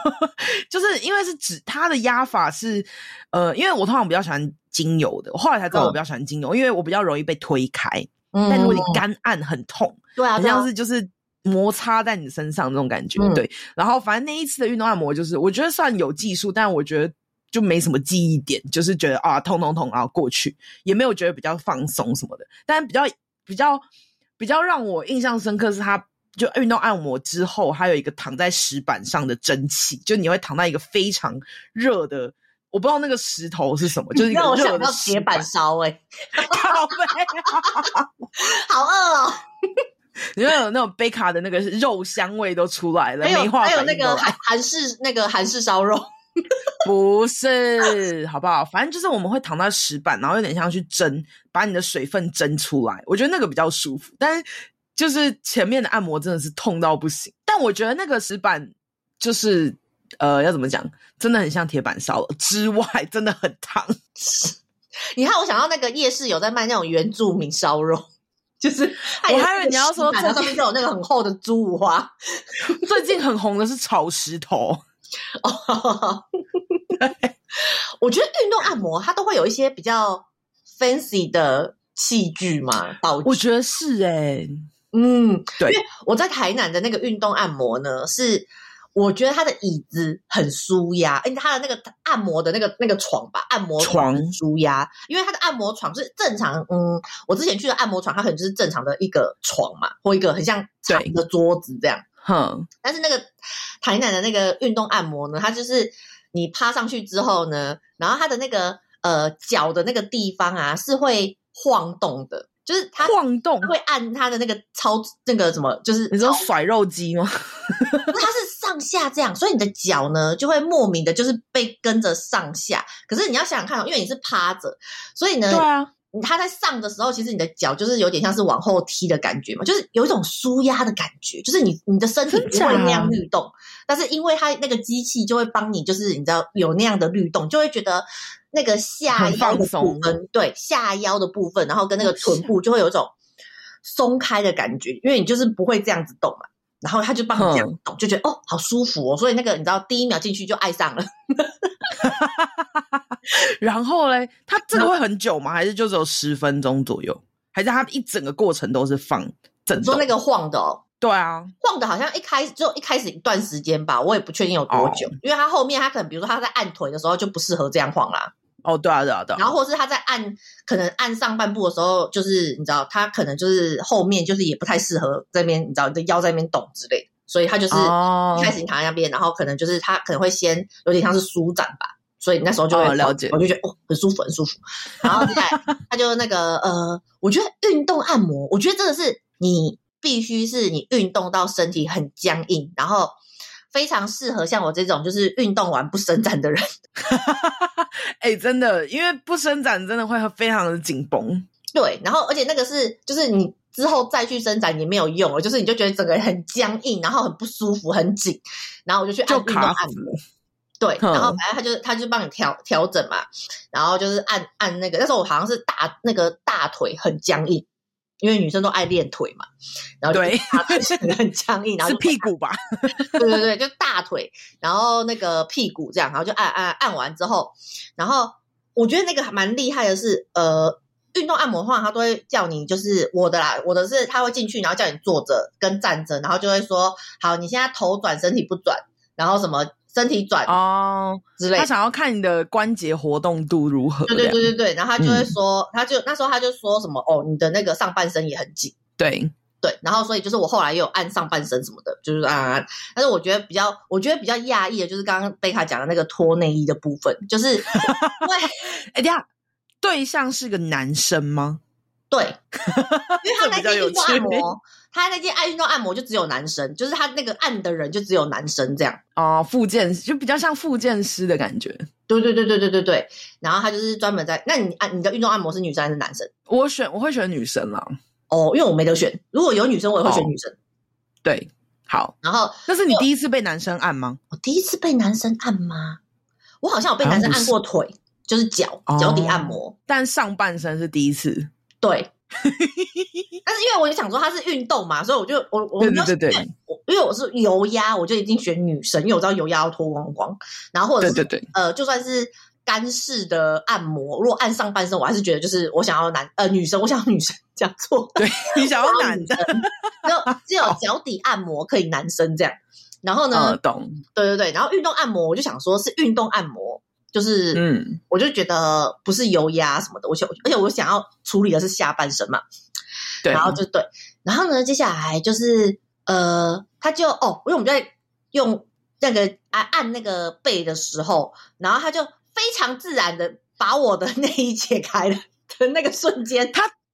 Speaker 2: 就是因为是指它的压法是呃，因为我通常比较喜欢精油的，我后来才知道我比较喜欢精油，因为我比较容易被推开，
Speaker 3: 嗯
Speaker 2: 但如果你
Speaker 3: 嗯
Speaker 2: 干按很痛。
Speaker 3: 对啊，
Speaker 2: 很
Speaker 3: 对啊
Speaker 2: 像是就是摩擦在你身上这种感觉。
Speaker 3: 嗯
Speaker 2: 对，然后反正那一次的运动按摩，就是我觉得算有技术，但我觉得。就没什么记忆点，就是觉得啊痛痛痛，然后过去也没有觉得比较放松什么的。但比较比较比较让我印象深刻是他就运动按摩之后，还有一个躺在石板上的蒸汽，就你会躺在一个非常热的，我不知道那个石头是什么，就是一个
Speaker 3: 让我
Speaker 2: 热
Speaker 3: 想
Speaker 2: 的啊
Speaker 3: 到
Speaker 2: 石
Speaker 3: 铁 板烧、欸，
Speaker 2: 咖啡，
Speaker 3: 好饿哦！
Speaker 2: 你会有那种贝卡的那个肉香味都出来了，
Speaker 3: 还有
Speaker 2: 没化
Speaker 3: 还有
Speaker 2: 反
Speaker 3: 那
Speaker 2: 应都
Speaker 3: 个
Speaker 2: 来
Speaker 3: 韩韩式那个韩式烧肉，
Speaker 2: 不是，好不好？反正就是我们会躺到石板，然后有点像去蒸，把你的水分蒸出来。我觉得那个比较舒服，但是就是前面的按摩真的是痛到不行。但我觉得那个石板就是呃，要怎么讲，真的很像铁板烧了。之外，真的很 烫。
Speaker 3: 你看我想到那个夜市有在卖那种原住民烧肉，就是
Speaker 2: 我还以为你要说
Speaker 3: 它有那个石板然后上面都有那个很厚的猪五花，
Speaker 2: 最近很红的是炒石头，
Speaker 3: 我觉得运动按摩它都会有一些比较 fancy 的器具嘛，道具
Speaker 2: 我。觉得是欸诶、
Speaker 3: 嗯，
Speaker 2: 对
Speaker 3: 因为我在台南的那个运动按摩呢，是我觉得它的椅子很舒压，而且它的那个按摩的那个那个床吧，按摩
Speaker 2: 床
Speaker 3: 很舒压，因为它的按摩床就是正常，嗯，我之前去的按摩床，它可能就是正常的一个床嘛，或一个很像长
Speaker 2: 对
Speaker 3: 的桌子这样。
Speaker 2: 哼，
Speaker 3: 但是那个台南的那个运动按摩呢，它就是你趴上去之后呢，然后它的那个呃脚的那个地方啊是会晃动的，就是它
Speaker 2: 晃动
Speaker 3: 它。会按它的那个操那个什么，就是
Speaker 2: 你说甩肉机吗？
Speaker 3: 不是它是上下这样，所以你的脚呢就会莫名的就是被跟着上下。可是你要想想看哦，因为你是趴着，所以呢，
Speaker 2: 对啊，
Speaker 3: 它在上的时候，其实你的脚就是有点像是往后踢的感觉嘛，就是有一种舒压的感觉，就是你你的身体
Speaker 2: 真
Speaker 3: 不会
Speaker 2: 假
Speaker 3: 那样律动，但是因为它那个机器就会帮你，就是你知道有那样的律动，就会觉得那个下
Speaker 2: 很
Speaker 3: 腰
Speaker 2: 放
Speaker 3: 的部
Speaker 2: 松
Speaker 3: 分，对下腰的部分，然后跟那个
Speaker 2: 哦
Speaker 3: 臀
Speaker 2: 是啊
Speaker 3: 部就会有一种松开的感觉，因为你就是不会这样子动嘛。然后他就帮你这样
Speaker 2: 嗯
Speaker 3: 动，就觉得哦，好舒服哦。所以那个你知道，第一秒进去就爱上了。
Speaker 2: 然后嘞，它这个会很久吗？还是就只有十分钟左右？还是它一整个过程都是放震
Speaker 3: 你说
Speaker 2: 动？
Speaker 3: 那个晃的哦，
Speaker 2: 对啊，
Speaker 3: 晃的好像一开始就一开始一段时间吧，我也不确定有
Speaker 2: 哦
Speaker 3: 多久，因为他后面他可能比如说他在按腿的时候就不适合这样晃啦，
Speaker 2: 哦，对啊，对啊，对啊。
Speaker 3: 然后或是他在按可能按上半部的时候，就是你知道他可能就是后面就是也不太适合这边，你知道你的腰在那边动之类的，所以他就是
Speaker 2: 哦
Speaker 3: 一开始你躺在那边，然后可能就是他可能会先有点像是舒展吧。所以你那时候就会、
Speaker 2: 哦了解
Speaker 3: 我就觉得哦很舒服很舒服，然后接下来他就那个呃，我觉得运动按摩，我觉得真的是你必须是你运动到身体很僵硬，然后非常适合像我这种就是运动完不伸展的人，
Speaker 2: 哎、真的，因为不伸展真的会非常的紧绷。
Speaker 3: 对，然后而且那个是就是你之后再去伸展也没有用了，就是你就觉得整个人很僵硬，然后很不舒服很紧，然后我就去按
Speaker 2: 就
Speaker 3: 运动
Speaker 2: 卡
Speaker 3: 按
Speaker 2: 死
Speaker 3: 摩。对，
Speaker 2: 嗯
Speaker 3: 然后反正他就他就帮你调调整嘛，然后就是按按那个，那时候我好像是大那个大腿很僵硬，因为女生都爱练腿嘛，然后就
Speaker 2: 对
Speaker 3: 大腿很僵硬，然后
Speaker 2: 是
Speaker 3: 就
Speaker 2: 屁股吧？
Speaker 3: 对对 对，就大腿，然后那个屁股这样，然后就按按按完之后，然后我觉得那个还蛮厉害的是，呃，运动按摩的话，他都会叫你就是我的啦，我的是他会进去，然后叫你坐着跟站着，然后就会说好，你现在头转，身体不转，然后什么身体转
Speaker 2: 哦，
Speaker 3: 之类
Speaker 2: 他
Speaker 3: 的。
Speaker 2: 想要看你的关节活动度如何。
Speaker 3: 对对
Speaker 2: 这样
Speaker 3: 对对对，然后他就会
Speaker 2: 嗯
Speaker 3: 说，他就那时候他就说什么哦，你的那个上半身也很紧。
Speaker 2: 对，
Speaker 3: 对，然后所以就是我后来也有按上半身什么的，就是按按按。但是我觉得比较，我觉得比较讶异的就是刚刚贝卡讲的那个脱内衣的部分，就是对
Speaker 2: 哎、等一下，对象是个男生吗？
Speaker 3: 对，因为他
Speaker 2: 这
Speaker 3: 那
Speaker 2: 比较
Speaker 3: 件
Speaker 2: 有
Speaker 3: 运动
Speaker 2: 趣
Speaker 3: 按摩，他那件爱运动按摩就只有男生，就是他那个按的人就只有男生这样。
Speaker 2: 哦，复健就比较像复健师的感觉。
Speaker 3: 对对对对对对对。然后他就是专门在，那你按你的运动按摩是女生还是男生？
Speaker 2: 我选我会选女生啦。
Speaker 3: 哦，因为我没得选，如果有女生我也会选
Speaker 2: 哦
Speaker 3: 女生。
Speaker 2: 对，好，
Speaker 3: 然后
Speaker 2: 那是你第一次被男生按吗？
Speaker 3: 我第一次被男生按吗？我好像有被
Speaker 2: 好像
Speaker 3: 男生
Speaker 2: 不
Speaker 3: 按
Speaker 2: 是哦
Speaker 3: 过腿，就是脚脚底按摩。
Speaker 2: 但上半身是第一次。
Speaker 3: 对，但是因为我就想说它是运动嘛，所以我就我我
Speaker 2: 对对
Speaker 3: 没有
Speaker 2: 对对
Speaker 3: 选我因为我是油压，我就一定选女生，因为我知道油压要脱光光，然后或者
Speaker 2: 对
Speaker 3: 是
Speaker 2: 对对，
Speaker 3: 呃，就算是干式的按摩，如果按上半身，我还是觉得就是我想要男呃女生，我想要女生这样做，
Speaker 2: 对你想要
Speaker 3: 我
Speaker 2: 男
Speaker 3: 女
Speaker 2: 的哦
Speaker 3: 生，，只有 只有脚底按摩可以男生这样，然后呢，
Speaker 2: 嗯，懂，
Speaker 3: 对对对，然后运动按摩我就想说是运动按摩。就是，
Speaker 2: 嗯，
Speaker 3: 我就觉得不是油压什么的，我想，而且我想要处理的是下半身嘛，
Speaker 2: 对，
Speaker 3: 然后就对，然后呢，接下来就是呃，他就哦，因为我们就在用那个按按那个背的时候，然后他就非常自然的把我的 内衣解开了的那个瞬间，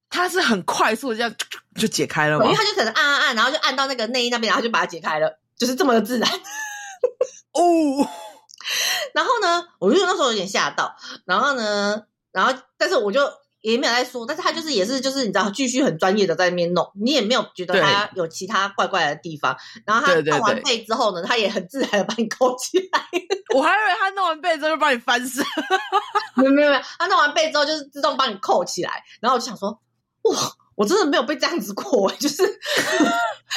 Speaker 2: 它是很快速的这样就解开了
Speaker 3: 因
Speaker 2: 吗
Speaker 3: 为？他就可能按按按，然后就按到那个内衣那边，然后就把它解开了，就是这么的自然。
Speaker 2: 哦，
Speaker 3: 然后呢，我就那时候有点吓到，然后呢，然后但是我就也没有在说，但是他就是也是就是你知道，继续很专业的在那边弄，你也没有觉得
Speaker 2: 对
Speaker 3: 他有其他怪怪的地方。然后他
Speaker 2: 对对
Speaker 3: 弄完
Speaker 2: 对
Speaker 3: 背之后呢，他也很自然的把你勾起来。
Speaker 2: 我还以为他弄完被之后就帮你翻身，
Speaker 3: 没有没有没有，他弄完被之后就是自动帮你扣起来，然后我就想说，哇，我真的没有被这样子过，就是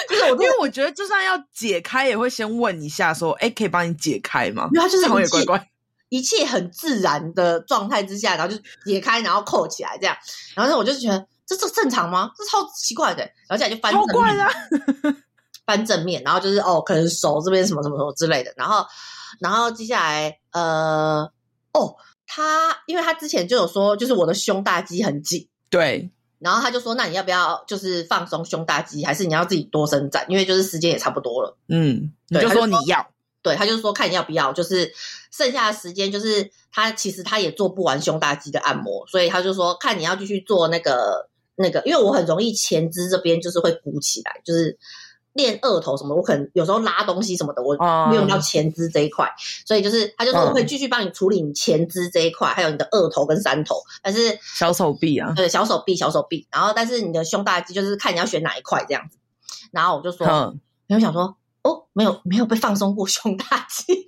Speaker 3: 就是我真
Speaker 2: 因
Speaker 3: 的，
Speaker 2: 为我觉得就算要解开，也会先问一下说，哎，可以帮你解开吗？
Speaker 3: 因为他就是
Speaker 2: 这好像
Speaker 3: 一
Speaker 2: 也怪
Speaker 3: 切
Speaker 2: 怪。
Speaker 3: 一切很自然的状态之下，然后就解开，然后扣起来这样，然后呢我就觉得这这正常吗？这超奇怪的，然后接下来就翻
Speaker 2: 超
Speaker 3: 正
Speaker 2: 怪
Speaker 3: 面，
Speaker 2: 的啊、
Speaker 3: 翻正面，然后就是哦，可能手这边什么什么什么之类的，然后然后接下来呃哦，他因为他之前就有说，就是我的胸大肌很紧。
Speaker 2: 对，
Speaker 3: 然后他就说：“那你要不要就是放松胸大肌，还是你要自己多伸展？因为就是时间也差不多了。
Speaker 2: 嗯，你
Speaker 3: 对
Speaker 2: 就
Speaker 3: 他就
Speaker 2: 说你要，”
Speaker 3: 对，他就说看你要不要，就是剩下的时间，就是他其实他也做不完胸大肌的按摩，所以他就说看你要继续做那个那个，因为我很容易前肢这边就是会鼓起来，就是练二头什么，我可能有时候拉东西什么的，我
Speaker 2: 哦
Speaker 3: 没有到前肢这一块，所以就是他就说
Speaker 2: 嗯
Speaker 3: 我会继续帮你处理你前肢这一块，还有你的二头跟三头，但是
Speaker 2: 小手臂啊，
Speaker 3: 对，小手臂，小手臂。然后，但是你的胸大肌就是看你要选哪一块这样子。然后我就说，
Speaker 2: 嗯，
Speaker 3: 没有想说，哦，没有没有被放松过胸大肌。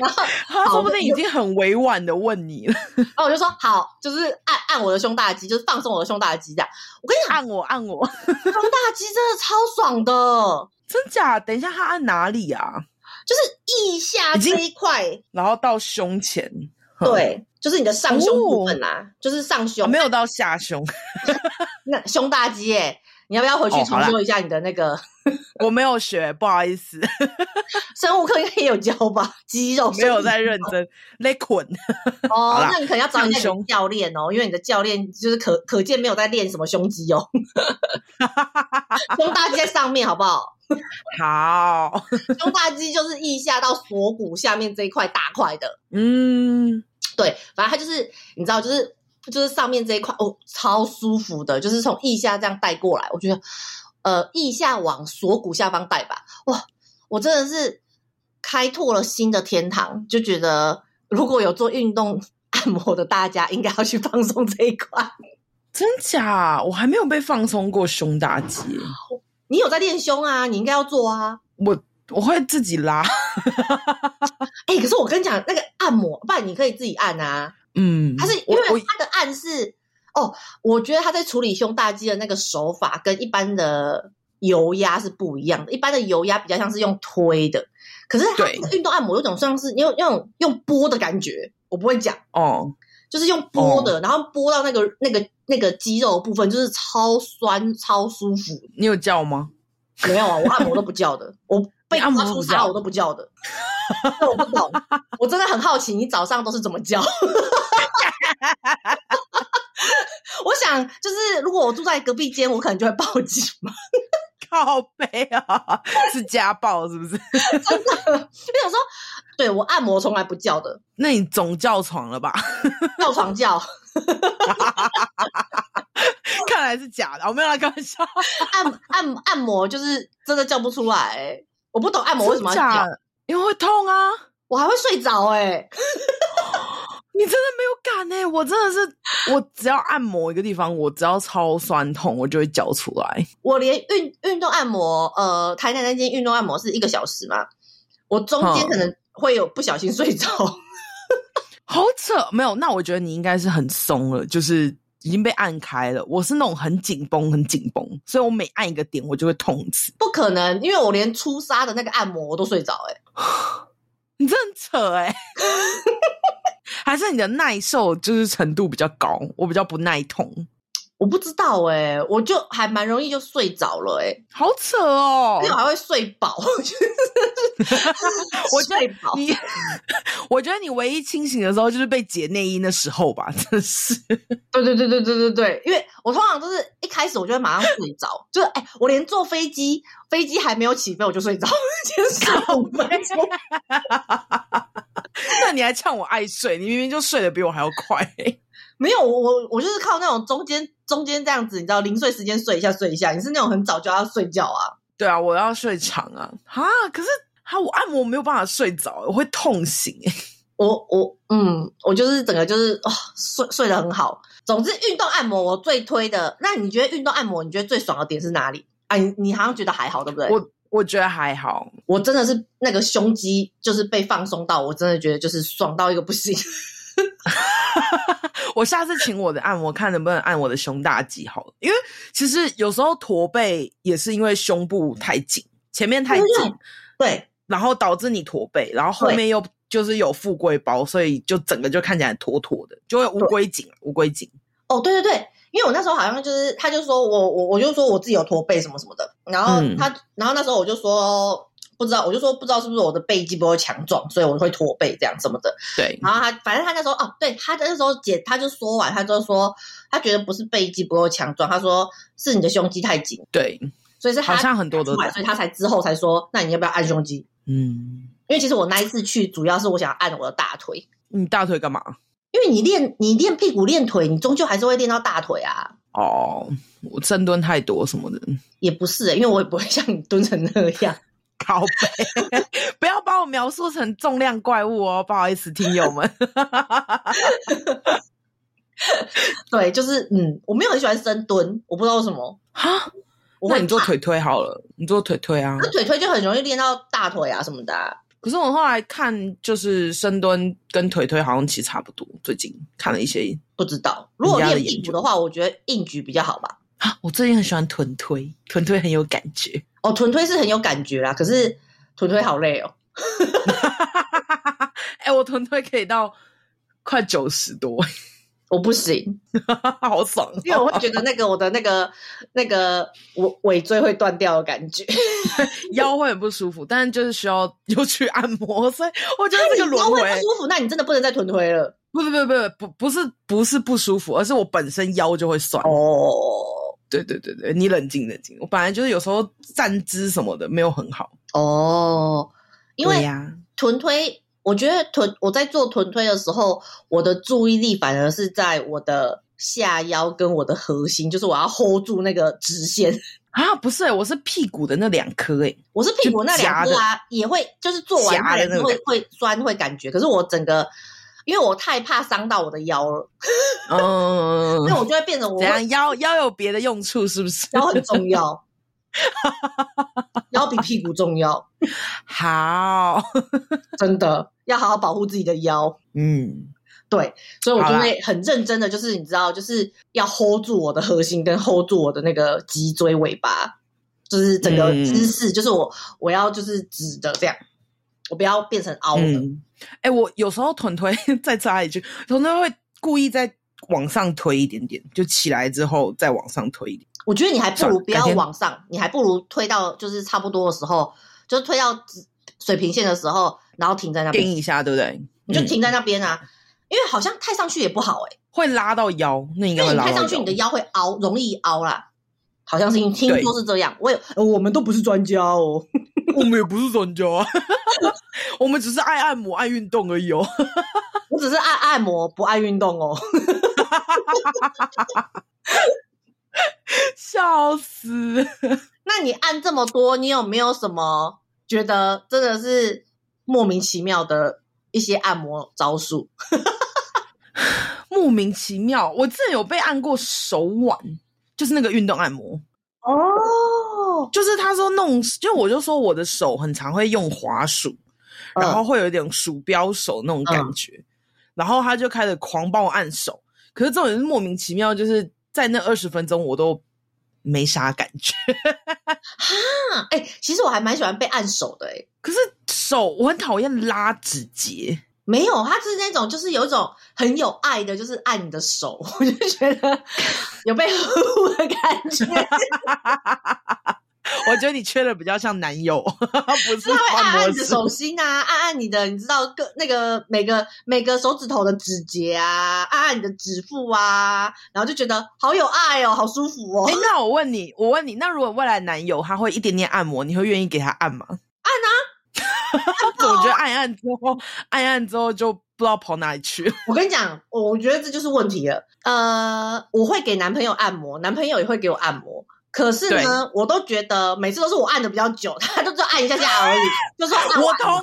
Speaker 3: 然后，
Speaker 2: 他说不定已经很委婉的问你了，
Speaker 3: 然后我就说好，就是按按我的胸大肌，就是放松我的胸大肌这样。我跟你
Speaker 2: 按我按我，
Speaker 3: 讲，胸大肌真的超爽的，
Speaker 2: 真假？等一下他按哪里啊？
Speaker 3: 就是腋下
Speaker 2: 已经
Speaker 3: 这一块，
Speaker 2: 然后到胸前，哼，
Speaker 3: 对，就是你的上胸部分啊，就是上
Speaker 2: 啊
Speaker 3: 胸，
Speaker 2: 没有到下胸，
Speaker 3: 那胸大肌哎、你要不要回去
Speaker 2: 哦好
Speaker 3: 重
Speaker 2: 啦
Speaker 3: 修一下你的那个
Speaker 2: 我没有学，不好意思，
Speaker 3: 生物课应该也有教吧？肌肉
Speaker 2: 没有
Speaker 3: 生理
Speaker 2: 在认真勒捆。
Speaker 3: 哦
Speaker 2: 好，啦
Speaker 3: 那你可能要找一下
Speaker 2: 上
Speaker 3: 你
Speaker 2: 胸
Speaker 3: 的教练哦，因为你的教练就是可可见没有在练什么胸肌 哦，胸大肌在上面好不好？
Speaker 2: 好，
Speaker 3: 胸大肌就是腋下到锁骨下面这一块大块的，
Speaker 2: 嗯，
Speaker 3: 对，反正它就是你知道，就是就是上面这一块哦，超舒服的，就是从腋下这样带过来，我觉得呃，腋下往锁骨下方带吧，哇，我真的是开拓了新的天堂，就觉得如果有做运动按摩的大家，应该要去放松这一块。
Speaker 2: 真假？我还没有被放松过胸大肌，
Speaker 3: 你有在练胸啊，你应该要做啊。
Speaker 2: 我我会自己拉，
Speaker 3: 哎、可是我跟你讲，那个按摩，不然你可以自己按啊。
Speaker 2: 嗯，
Speaker 3: 它是因
Speaker 2: 我我
Speaker 3: 为它的按是哦，我觉得他在处理胸大肌的那个手法跟一般的油压是不一样的。一般的油压比较像是用推的，可是它
Speaker 2: 对
Speaker 3: 这个运动按摩有种像是用用用拨的感觉。我不会讲，
Speaker 2: 哦，
Speaker 3: 就是用拨的，然后拨到那个那个那个肌肉的部分，就是超酸超舒服。
Speaker 2: 你有叫吗？
Speaker 3: 没有啊，我按摩都不叫的，我被
Speaker 2: 你按摩
Speaker 3: 抓
Speaker 2: 都不
Speaker 3: 出
Speaker 2: 叫
Speaker 3: 痧我都不叫 的。那我不懂，我真的很好奇，你早上都是怎么叫？ 我想，就是如果我住在隔壁间，我可能就会报警嘛。
Speaker 2: 靠背啊， 是家暴是不是？
Speaker 3: 因为有时候，对我按摩从来不叫的，
Speaker 2: 那你总叫床了吧？
Speaker 3: 叫床叫，
Speaker 2: 看来是假的，我哦没有来开玩笑。
Speaker 3: 按按按摩就是真的叫不出来、欸我不懂按摩为什么要
Speaker 2: 真假
Speaker 3: 叫，？
Speaker 2: 因为会痛啊！
Speaker 3: 我还会睡着哎、
Speaker 2: 你真的没有感哎、我真的是，我只要按摩一个地方，我只要超酸痛，我就会叫出来。
Speaker 3: 我连运运动按摩，呃，台南那间运动按摩是一个小时嘛，我中间
Speaker 2: 嗯
Speaker 3: 可能会有不小心睡着，
Speaker 2: 好扯，没有。那我觉得你应该是很松了，就是已经被按开了。我是那种很紧绷、很紧绷，所以我每按一个点，我就会痛一次。
Speaker 3: 不可能，因为我连出痧的那个按摩我都睡着、欸，哎，
Speaker 2: 你真的很扯哎、还是你的耐受就是程度比较高，我比较不耐痛。
Speaker 3: 我不知道哎、我就还蛮容易就睡着了哎、欸，
Speaker 2: 好扯哦
Speaker 3: 而！且我还会睡 饱，就是
Speaker 2: 我觉得
Speaker 3: 睡饱。
Speaker 2: 你， 我觉得你唯一清醒的时候就是被解内衣的时候吧，真的是。
Speaker 3: 对对对对对对对，因为我通常都是一开始我就会马上睡着， 就是哎、我连坐飞机，飞机还没有起飞我就睡着，先 睡五分钟。
Speaker 2: 那你还呛我爱睡，你明明就睡得比我还要快、
Speaker 3: 没有，我我我就是靠那种中间中间这样子，你知道零碎时间睡一下睡一下，你是那种很早就要睡觉啊？
Speaker 2: 对啊，我要睡长啊，哈，可是哈，我按摩没有办法睡着、我会痛醒、 哎，
Speaker 3: 我我嗯，我就是整个就是哦、睡睡得很好。总之，运动按摩我最推的。那你觉得运动按摩你觉得最爽的点是哪里？啊，你你好像觉得还好，对不对？
Speaker 2: 我我觉得还好，
Speaker 3: 我真的是那个胸肌就是被放松到，我真的觉得就是爽到一个不行。
Speaker 2: 我下次请我的按摩看能不能按我的胸大肌好了，因为其实有时候驼背也是因为胸部太紧，前面太
Speaker 3: 对
Speaker 2: 紧，
Speaker 3: 对，
Speaker 2: 然后导致你驼背，然后后面又就是有富贵包，所以就整个就看起来驼驼的，就会乌龟颈，乌龟颈。
Speaker 3: 哦，对对对，因为我那时候好像就是，他就说我我我就说我自己有驼背什么什么的，然后
Speaker 2: 嗯
Speaker 3: 他、然后那时候我就说不知道，我就说不知道是不是我的背肌不够强壮，所以我会驼背这样什么的。
Speaker 2: 对，
Speaker 3: 然后他反正他那时候哦，对他那时候姐他就说完，他就说他觉得不是背肌不够强壮，他说是你的胸肌太紧，
Speaker 2: 对，
Speaker 3: 所以是他
Speaker 2: 好像很多都
Speaker 3: 出来所以他才之后才说，那你要不要按胸肌？
Speaker 2: 嗯，
Speaker 3: 因为其实我那一次去，主要是我想要按我的大腿，
Speaker 2: 你大腿干嘛？
Speaker 3: 因为你练你练屁股练腿，你终究还是会练到大腿啊。
Speaker 2: 哦，我深蹲太多什么的，
Speaker 3: 也不是、欸，因为我也不会像你蹲成那样。
Speaker 2: 靠背， 不要把我描述成重量怪物哦，不好意思，听友们。
Speaker 3: 对，就是嗯，我没有很喜欢深蹲，我不知道为什么。
Speaker 2: 哈，
Speaker 3: 我
Speaker 2: 那
Speaker 3: 会
Speaker 2: 你做腿推好了，你做腿推啊
Speaker 3: 那。腿推就很容易练到大腿啊什么的、啊。
Speaker 2: 可是我后来看，就是深蹲跟腿推好像其实差不多。最近看了一些
Speaker 3: 不知道，如果
Speaker 2: 人家的
Speaker 3: 练屁
Speaker 2: 研
Speaker 3: 股
Speaker 2: 究
Speaker 3: 的话，我觉得硬举比较好吧。
Speaker 2: 啊，我最近很喜欢臀推，臀推很有感觉。
Speaker 3: 哦，臀推是很有感觉啦，可是臀推好累哦。
Speaker 2: 哎、我臀推可以到快九十多，
Speaker 3: 我不行， 哦
Speaker 2: 好爽、哦
Speaker 3: 因为我会觉得那个我的那个那个我尾椎会断掉的感觉。
Speaker 2: 腰会很不舒服，但是就是需要又去按摩，所以我觉得 这
Speaker 3: 你
Speaker 2: 个
Speaker 3: 腰
Speaker 2: 轮
Speaker 3: 会
Speaker 2: 回
Speaker 3: 不舒服，那你真的不能再臀推了。
Speaker 2: 不不不不不不是不是不舒服，而是我本身腰就会酸。
Speaker 3: 哦
Speaker 2: 对对对对，你冷静冷静。我本来就是有时候站姿什么的没有很好，
Speaker 3: 哦，因为
Speaker 2: 对呀、
Speaker 3: 臀推，我觉得臀我在做臀推的时候，我的注意力反而是在我的下腰跟我的核心，就是我要 hold 住那个直线。
Speaker 2: 啊，不是、我是屁股的那两颗哎，
Speaker 3: 我是屁股那两颗啊，也会就是做完
Speaker 2: 夹的那种
Speaker 3: 会
Speaker 2: 感觉
Speaker 3: 会酸会感觉，可是我整个因为我太怕伤到我的腰了，
Speaker 2: 嗯
Speaker 3: 所以，我就会变成我
Speaker 2: 怎
Speaker 3: 会
Speaker 2: 样腰腰有别的用处是不是？
Speaker 3: 腰很重要， 腰比屁股重要，
Speaker 2: 好，
Speaker 3: 真的要好好保护自己的腰。
Speaker 2: 嗯，
Speaker 3: 对，所以我就
Speaker 2: 好啦
Speaker 3: 会很认真的，就是你知道，就是要 hold 住我的核心，跟 hold 住我的那个脊椎尾巴，就是整个
Speaker 2: 嗯
Speaker 3: 姿势，就是我我要就是直的这样，我不要变成凹的。
Speaker 2: 嗯，哎、我有时候臀推 再插一句，臀推会故意再往上推一点点，就起来之后再往上推一点。
Speaker 3: 我觉得你还不如
Speaker 2: 算
Speaker 3: 不要
Speaker 2: 改天
Speaker 3: 往上，你还不如推到就是差不多的时候，就是推到直水平线的时候，然后停在那边，
Speaker 2: 盯一下，对不对？
Speaker 3: 你就
Speaker 2: 嗯
Speaker 3: 停在那边啊。因为好像太上去也不好哎、
Speaker 2: 会拉到腰，那应
Speaker 3: 因
Speaker 2: 该
Speaker 3: 为
Speaker 2: 会
Speaker 3: 你
Speaker 2: 拉
Speaker 3: 太
Speaker 2: 到
Speaker 3: 上去，
Speaker 2: 腰
Speaker 3: 你的腰会凹，容易凹啦。好像是听听
Speaker 2: 对
Speaker 3: 说是这样，我也、呃我们都不是专家哦。
Speaker 2: 我们也不是专家、啊， 我们只是爱按摩、爱运动而已哦。
Speaker 3: 我只是爱按摩，不爱运动哦。
Speaker 2: 笑死！
Speaker 3: 那你按这么多，你有没有什么觉得真的是莫名其妙的一些按摩招数？
Speaker 2: 莫名其妙，我之前有被按过手腕，就是那个运动按摩，
Speaker 3: 哦，
Speaker 2: 就是他说弄，就我就说我的手很常会用滑鼠，
Speaker 3: 嗯
Speaker 2: 然后会有一点鼠标手那种感觉，然后他就开始狂帮我按手，可是这种人莫名其妙，就是在那二十分钟我都没啥感觉。
Speaker 3: 啊，哎、其实我还蛮喜欢被按手的、哎，
Speaker 2: 可是手我很讨厌拉指节，
Speaker 3: 没有，他就是那种，就是有一种很有爱的，就是按你的手，我就觉得有被呵护的感觉。
Speaker 2: 我觉得你缺的比较像男友， 不是
Speaker 3: 他会按
Speaker 2: 按摩
Speaker 3: 按你的
Speaker 2: 师。
Speaker 3: 手心啊，按按你的，你知道各那个每个每个手指头的指节啊，按按你的指腹啊，然后就觉得好有爱哦，好舒服哦。
Speaker 2: 哎、那我问你，我问你，那如果未来男友他会一点点按摩，你会愿意给他按吗？按 啊！总觉得按一按之后，按一按之后就不知道跑哪里去了。
Speaker 3: 我跟你讲，我觉得这就是问题了。呃，我会给男朋友按摩，男朋友也会给我按摩。可是呢，我都觉得每次都是我按的比较久， 他都只有按一下下 而已，就说啊按
Speaker 2: 我
Speaker 3: 按
Speaker 2: 同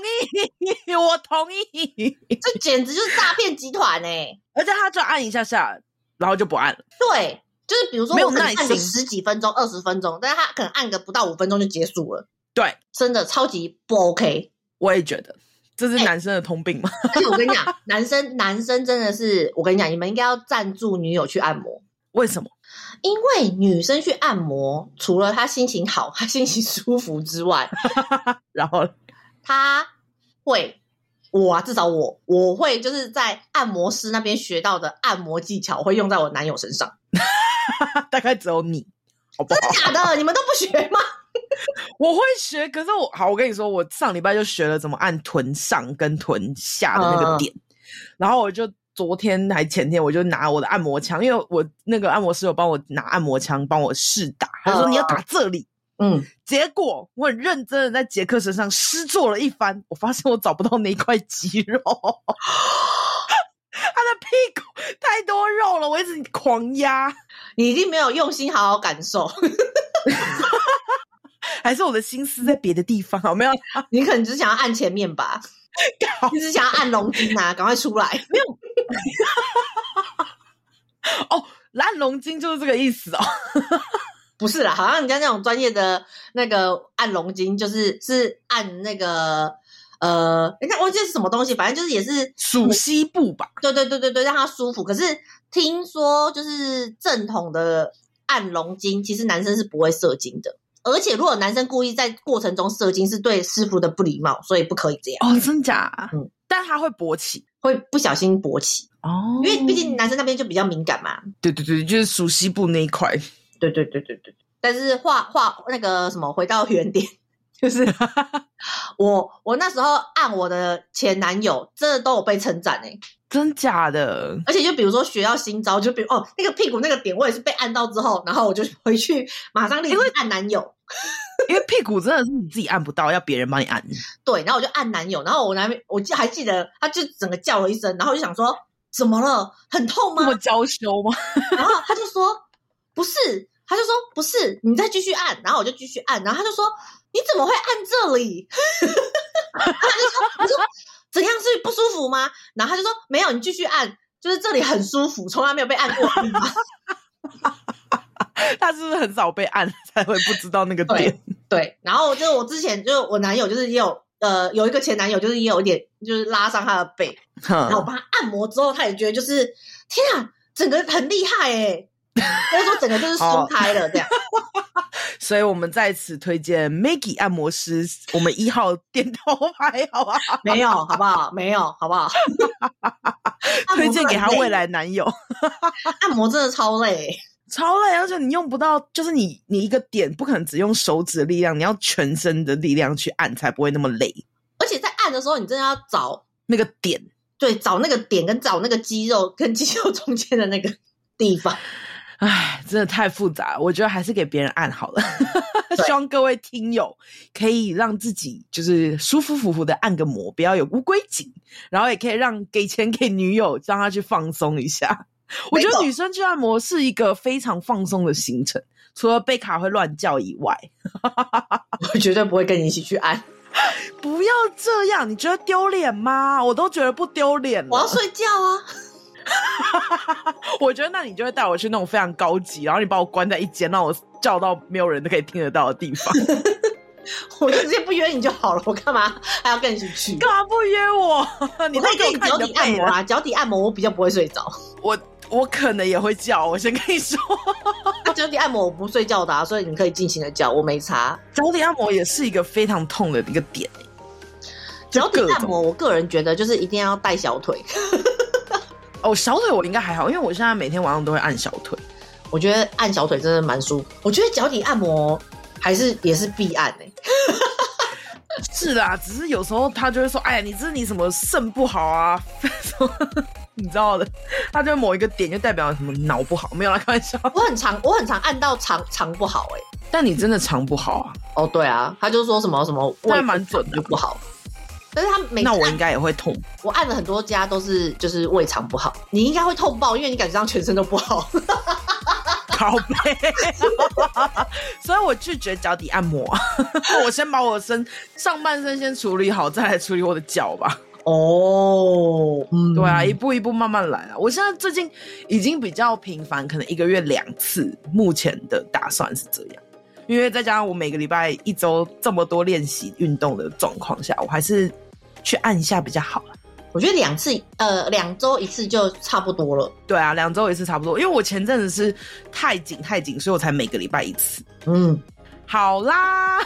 Speaker 2: 意， 我同意。
Speaker 3: 这简直就是诈骗集团哎、
Speaker 2: 而且他就按一下下，然后就不按了。
Speaker 3: 对，就是比如说
Speaker 2: 没有
Speaker 3: 我可能
Speaker 2: 耐
Speaker 3: 按个
Speaker 2: 心
Speaker 3: 十几分钟、二十分钟，但是他可能按个不到五分钟就结束了，
Speaker 2: 对，
Speaker 3: 真的超级不 OK。
Speaker 2: 我也觉得这是
Speaker 3: 哎
Speaker 2: 男生的通病嘛。
Speaker 3: 而且我跟你讲，男生男生真的是，我跟你讲，你们应该要赞助女友去按摩，
Speaker 2: 为什么？
Speaker 3: 因为女生去按摩，除了她心情好、 她心情舒服之外，
Speaker 2: 然后
Speaker 3: 她会。我啊，至少我我会就是在按摩师那边学到的按摩技巧，会用在我男友身上。
Speaker 2: 大概只有你，好不好？
Speaker 3: 假的，你们都不学吗？
Speaker 2: 我会学，可是我好，我跟你说，我上礼拜就学了怎么按臀上跟臀下的那个点，然后我就昨天还前天我就拿我的按摩枪，因为我那个按摩师有帮我拿按摩枪帮我试打，他就说
Speaker 3: 嗯
Speaker 2: 你要打这里。
Speaker 3: 嗯，
Speaker 2: 结果我很认真的在杰克身上施做了一番，我发现我找不到那一块肌肉， 他的屁股太多肉了，我一直狂压，
Speaker 3: 你一定没有用心好好感受。
Speaker 2: 还是我的心思在别的地方，没有
Speaker 3: 你可能只是想要按前面吧，
Speaker 2: 搞
Speaker 3: 你只是想要按龙筋啊，赶快出来！
Speaker 2: 烂龙筋就是这个意思哦。
Speaker 3: 不是啦，好像人家那种专业的那个按龙筋，就是是按那个呃，人家忘记是什么东西，反正就是也是
Speaker 2: 属西部吧，
Speaker 3: 对对对对对，让它舒服。可是听说就是正统的按龙筋，其实男生是不会射精的，而且如果男生故意在过程中射精，是对师傅的不礼貌，所以不可以这样，
Speaker 2: 哦，真假？
Speaker 3: 嗯
Speaker 2: 但他会勃起
Speaker 3: 会不小心勃起，
Speaker 2: 哦
Speaker 3: 因为毕竟男生那边就比较敏感嘛，
Speaker 2: 对对对，就是属西部那一块，
Speaker 3: 对对对对对。但是画画那个什么，回到原点， 就是我我那时候按我的前男友，真的都有被称赞哎、
Speaker 2: 真假的？
Speaker 3: 而且就比如说学到新招，就比如哦那个屁股那个点，我也是被按到之后，然后我就回去马上立即按男友，
Speaker 2: 因为屁股真的是你自己按不到，要别人帮你按。
Speaker 3: 对，然后我就按男友，然后我男我记还记得他就整个叫了一声，然后我就想说怎么了，很痛
Speaker 2: 那
Speaker 3: 吗
Speaker 2: 么？娇羞吗？
Speaker 3: 然后他就说不是，他就说不是，你再继续按，然后我就继续按，然后他就说你怎么会按这里？ 他就说我说怎样是不舒服吗？然后他就说没有，你继续按，就是这里很舒服，从来没有被按过。
Speaker 2: 他是不是很少被按才会不知道那个点？
Speaker 3: 对，然后就是我之前就是我男友就是也有呃有一个前男友就是也有一点就是拉伤他的背，然后我
Speaker 2: 哼，
Speaker 3: 帮他按摩之后，他也觉得就是天啊，整个很厉害哎、欸， 所以说整个就是松开了这样。
Speaker 2: 所以我们在此推荐 Maggie 按摩师，我们一号电头牌，好吧？
Speaker 3: 没有，好不好？没有，好不 好？按摩
Speaker 2: 推荐给他
Speaker 3: 真的很累
Speaker 2: 未来男友。
Speaker 3: 按摩真的超累，
Speaker 2: 超累，而且你用不到，就是你你一个点不可能只用手指的力量，你要全身的力量去按，才不会那么累。
Speaker 3: 而且在按的时候，你真的要找
Speaker 2: 那个点，
Speaker 3: 对找那个点，跟找那个肌肉跟肌肉中间的那个地方。
Speaker 2: 唉，真的太复杂了，我觉得还是给别人按 好了。希望各位听友可以让自己就是舒舒服服的按个摩，不要有乌龟颈，然后也可以让给钱给女友，让她去放松一下。我觉
Speaker 3: 没
Speaker 2: 得
Speaker 3: 错
Speaker 2: 女生去按摩是一个非常放松的行程，除了贝卡会乱叫以外，
Speaker 3: 我绝对不会跟你一起去按，
Speaker 2: 不要这样，你觉得丢脸吗？我都觉得不丢脸
Speaker 3: 我要
Speaker 2: 了。
Speaker 3: 睡觉啊！
Speaker 2: 我觉得那你就会带我去那种非常高级，然后你把我关在一间，让我叫到没有人都可以听得到的地 方。
Speaker 3: 我就直接不约你就好了，我干嘛还要跟你一起去？
Speaker 2: 干嘛不约我？ 你
Speaker 3: 我可
Speaker 2: 都
Speaker 3: 以
Speaker 2: 给
Speaker 3: 跟
Speaker 2: 我
Speaker 3: 你脚底
Speaker 2: 看你的
Speaker 3: 按
Speaker 2: 背
Speaker 3: 摩
Speaker 2: 了。
Speaker 3: 啊，脚底按摩我比较不会睡着，
Speaker 2: 我我可能也会叫，我先跟你说，
Speaker 3: 啊脚底按摩我不睡觉的、啊，所以你可以尽情的叫，我没差。
Speaker 2: 脚底按摩也是一个非常痛的一个点。就
Speaker 3: 脚底
Speaker 2: 各
Speaker 3: 按
Speaker 2: 种
Speaker 3: 摩，我个人觉得就是一定要带小腿，
Speaker 2: 哦，小腿我应该还好，因为我现在每天晚上都会按小腿。
Speaker 3: 我觉得按小腿真的蛮舒服。我觉得脚底按摩还是也是必按欸诶、
Speaker 2: 是啦，只是有时候他就会说：“哎呀，你这你什么肾不好啊？” 什么你知道的，他就某一个点就代表什么脑不好，没有啦，开玩笑。
Speaker 3: 我很常我很常按到肠肠不好欸诶、
Speaker 2: 但你真的肠不好啊，
Speaker 3: 哦，对啊，他就说什么什么
Speaker 2: 那还
Speaker 3: 胃
Speaker 2: 蛮准的
Speaker 3: 就。不好，但是他每次
Speaker 2: 那
Speaker 3: 按
Speaker 2: 我应该也会痛。
Speaker 3: 我按了很多家都是就是胃肠不好，你应该会痛爆，因为你感觉上全身都不好。
Speaker 2: 靠背，所以我拒绝脚底按摩。 我先把我身上半身先处理好，再来处理我的脚吧。
Speaker 3: 哦，嗯
Speaker 2: 对啊，一步一步慢慢来啊。我现在最近已经比较频繁，可能一个月两次。目前的打算是这样，因为再加上我每个礼拜一周这么多练习运动的状况下，我还是去按一下比较好啦。
Speaker 3: 我觉得两次呃两周一次就差不多了。
Speaker 2: 对啊，两周一次差不多。因为我前阵子是太紧太紧，所以我才每个礼拜一次。
Speaker 3: 嗯，
Speaker 2: 好啦，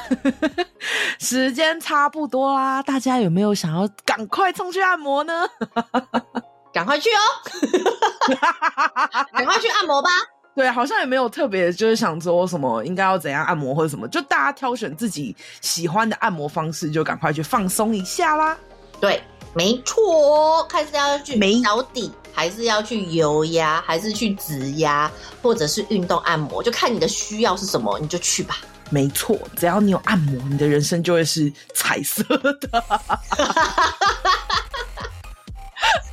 Speaker 2: 时间差不多啦，大家有没有想要赶快冲去按摩呢？
Speaker 3: 赶快去 哦，赶快去按摩吧。
Speaker 2: 对，好像也没有特别就是想说什么应该要怎样按摩或者什么，就大家挑选自己喜欢的按摩方式，就赶快去放松一下啦。
Speaker 3: 对，没错哦，看是要去
Speaker 2: 没
Speaker 3: 脚底，还是要去油压，还是去指压，或者是运动按摩，就看你的需要是什么，你就去吧。
Speaker 2: 没错，只要你有按摩，你的人生就会是彩色的。
Speaker 3: 好了，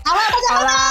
Speaker 3: 大家
Speaker 2: 好啦，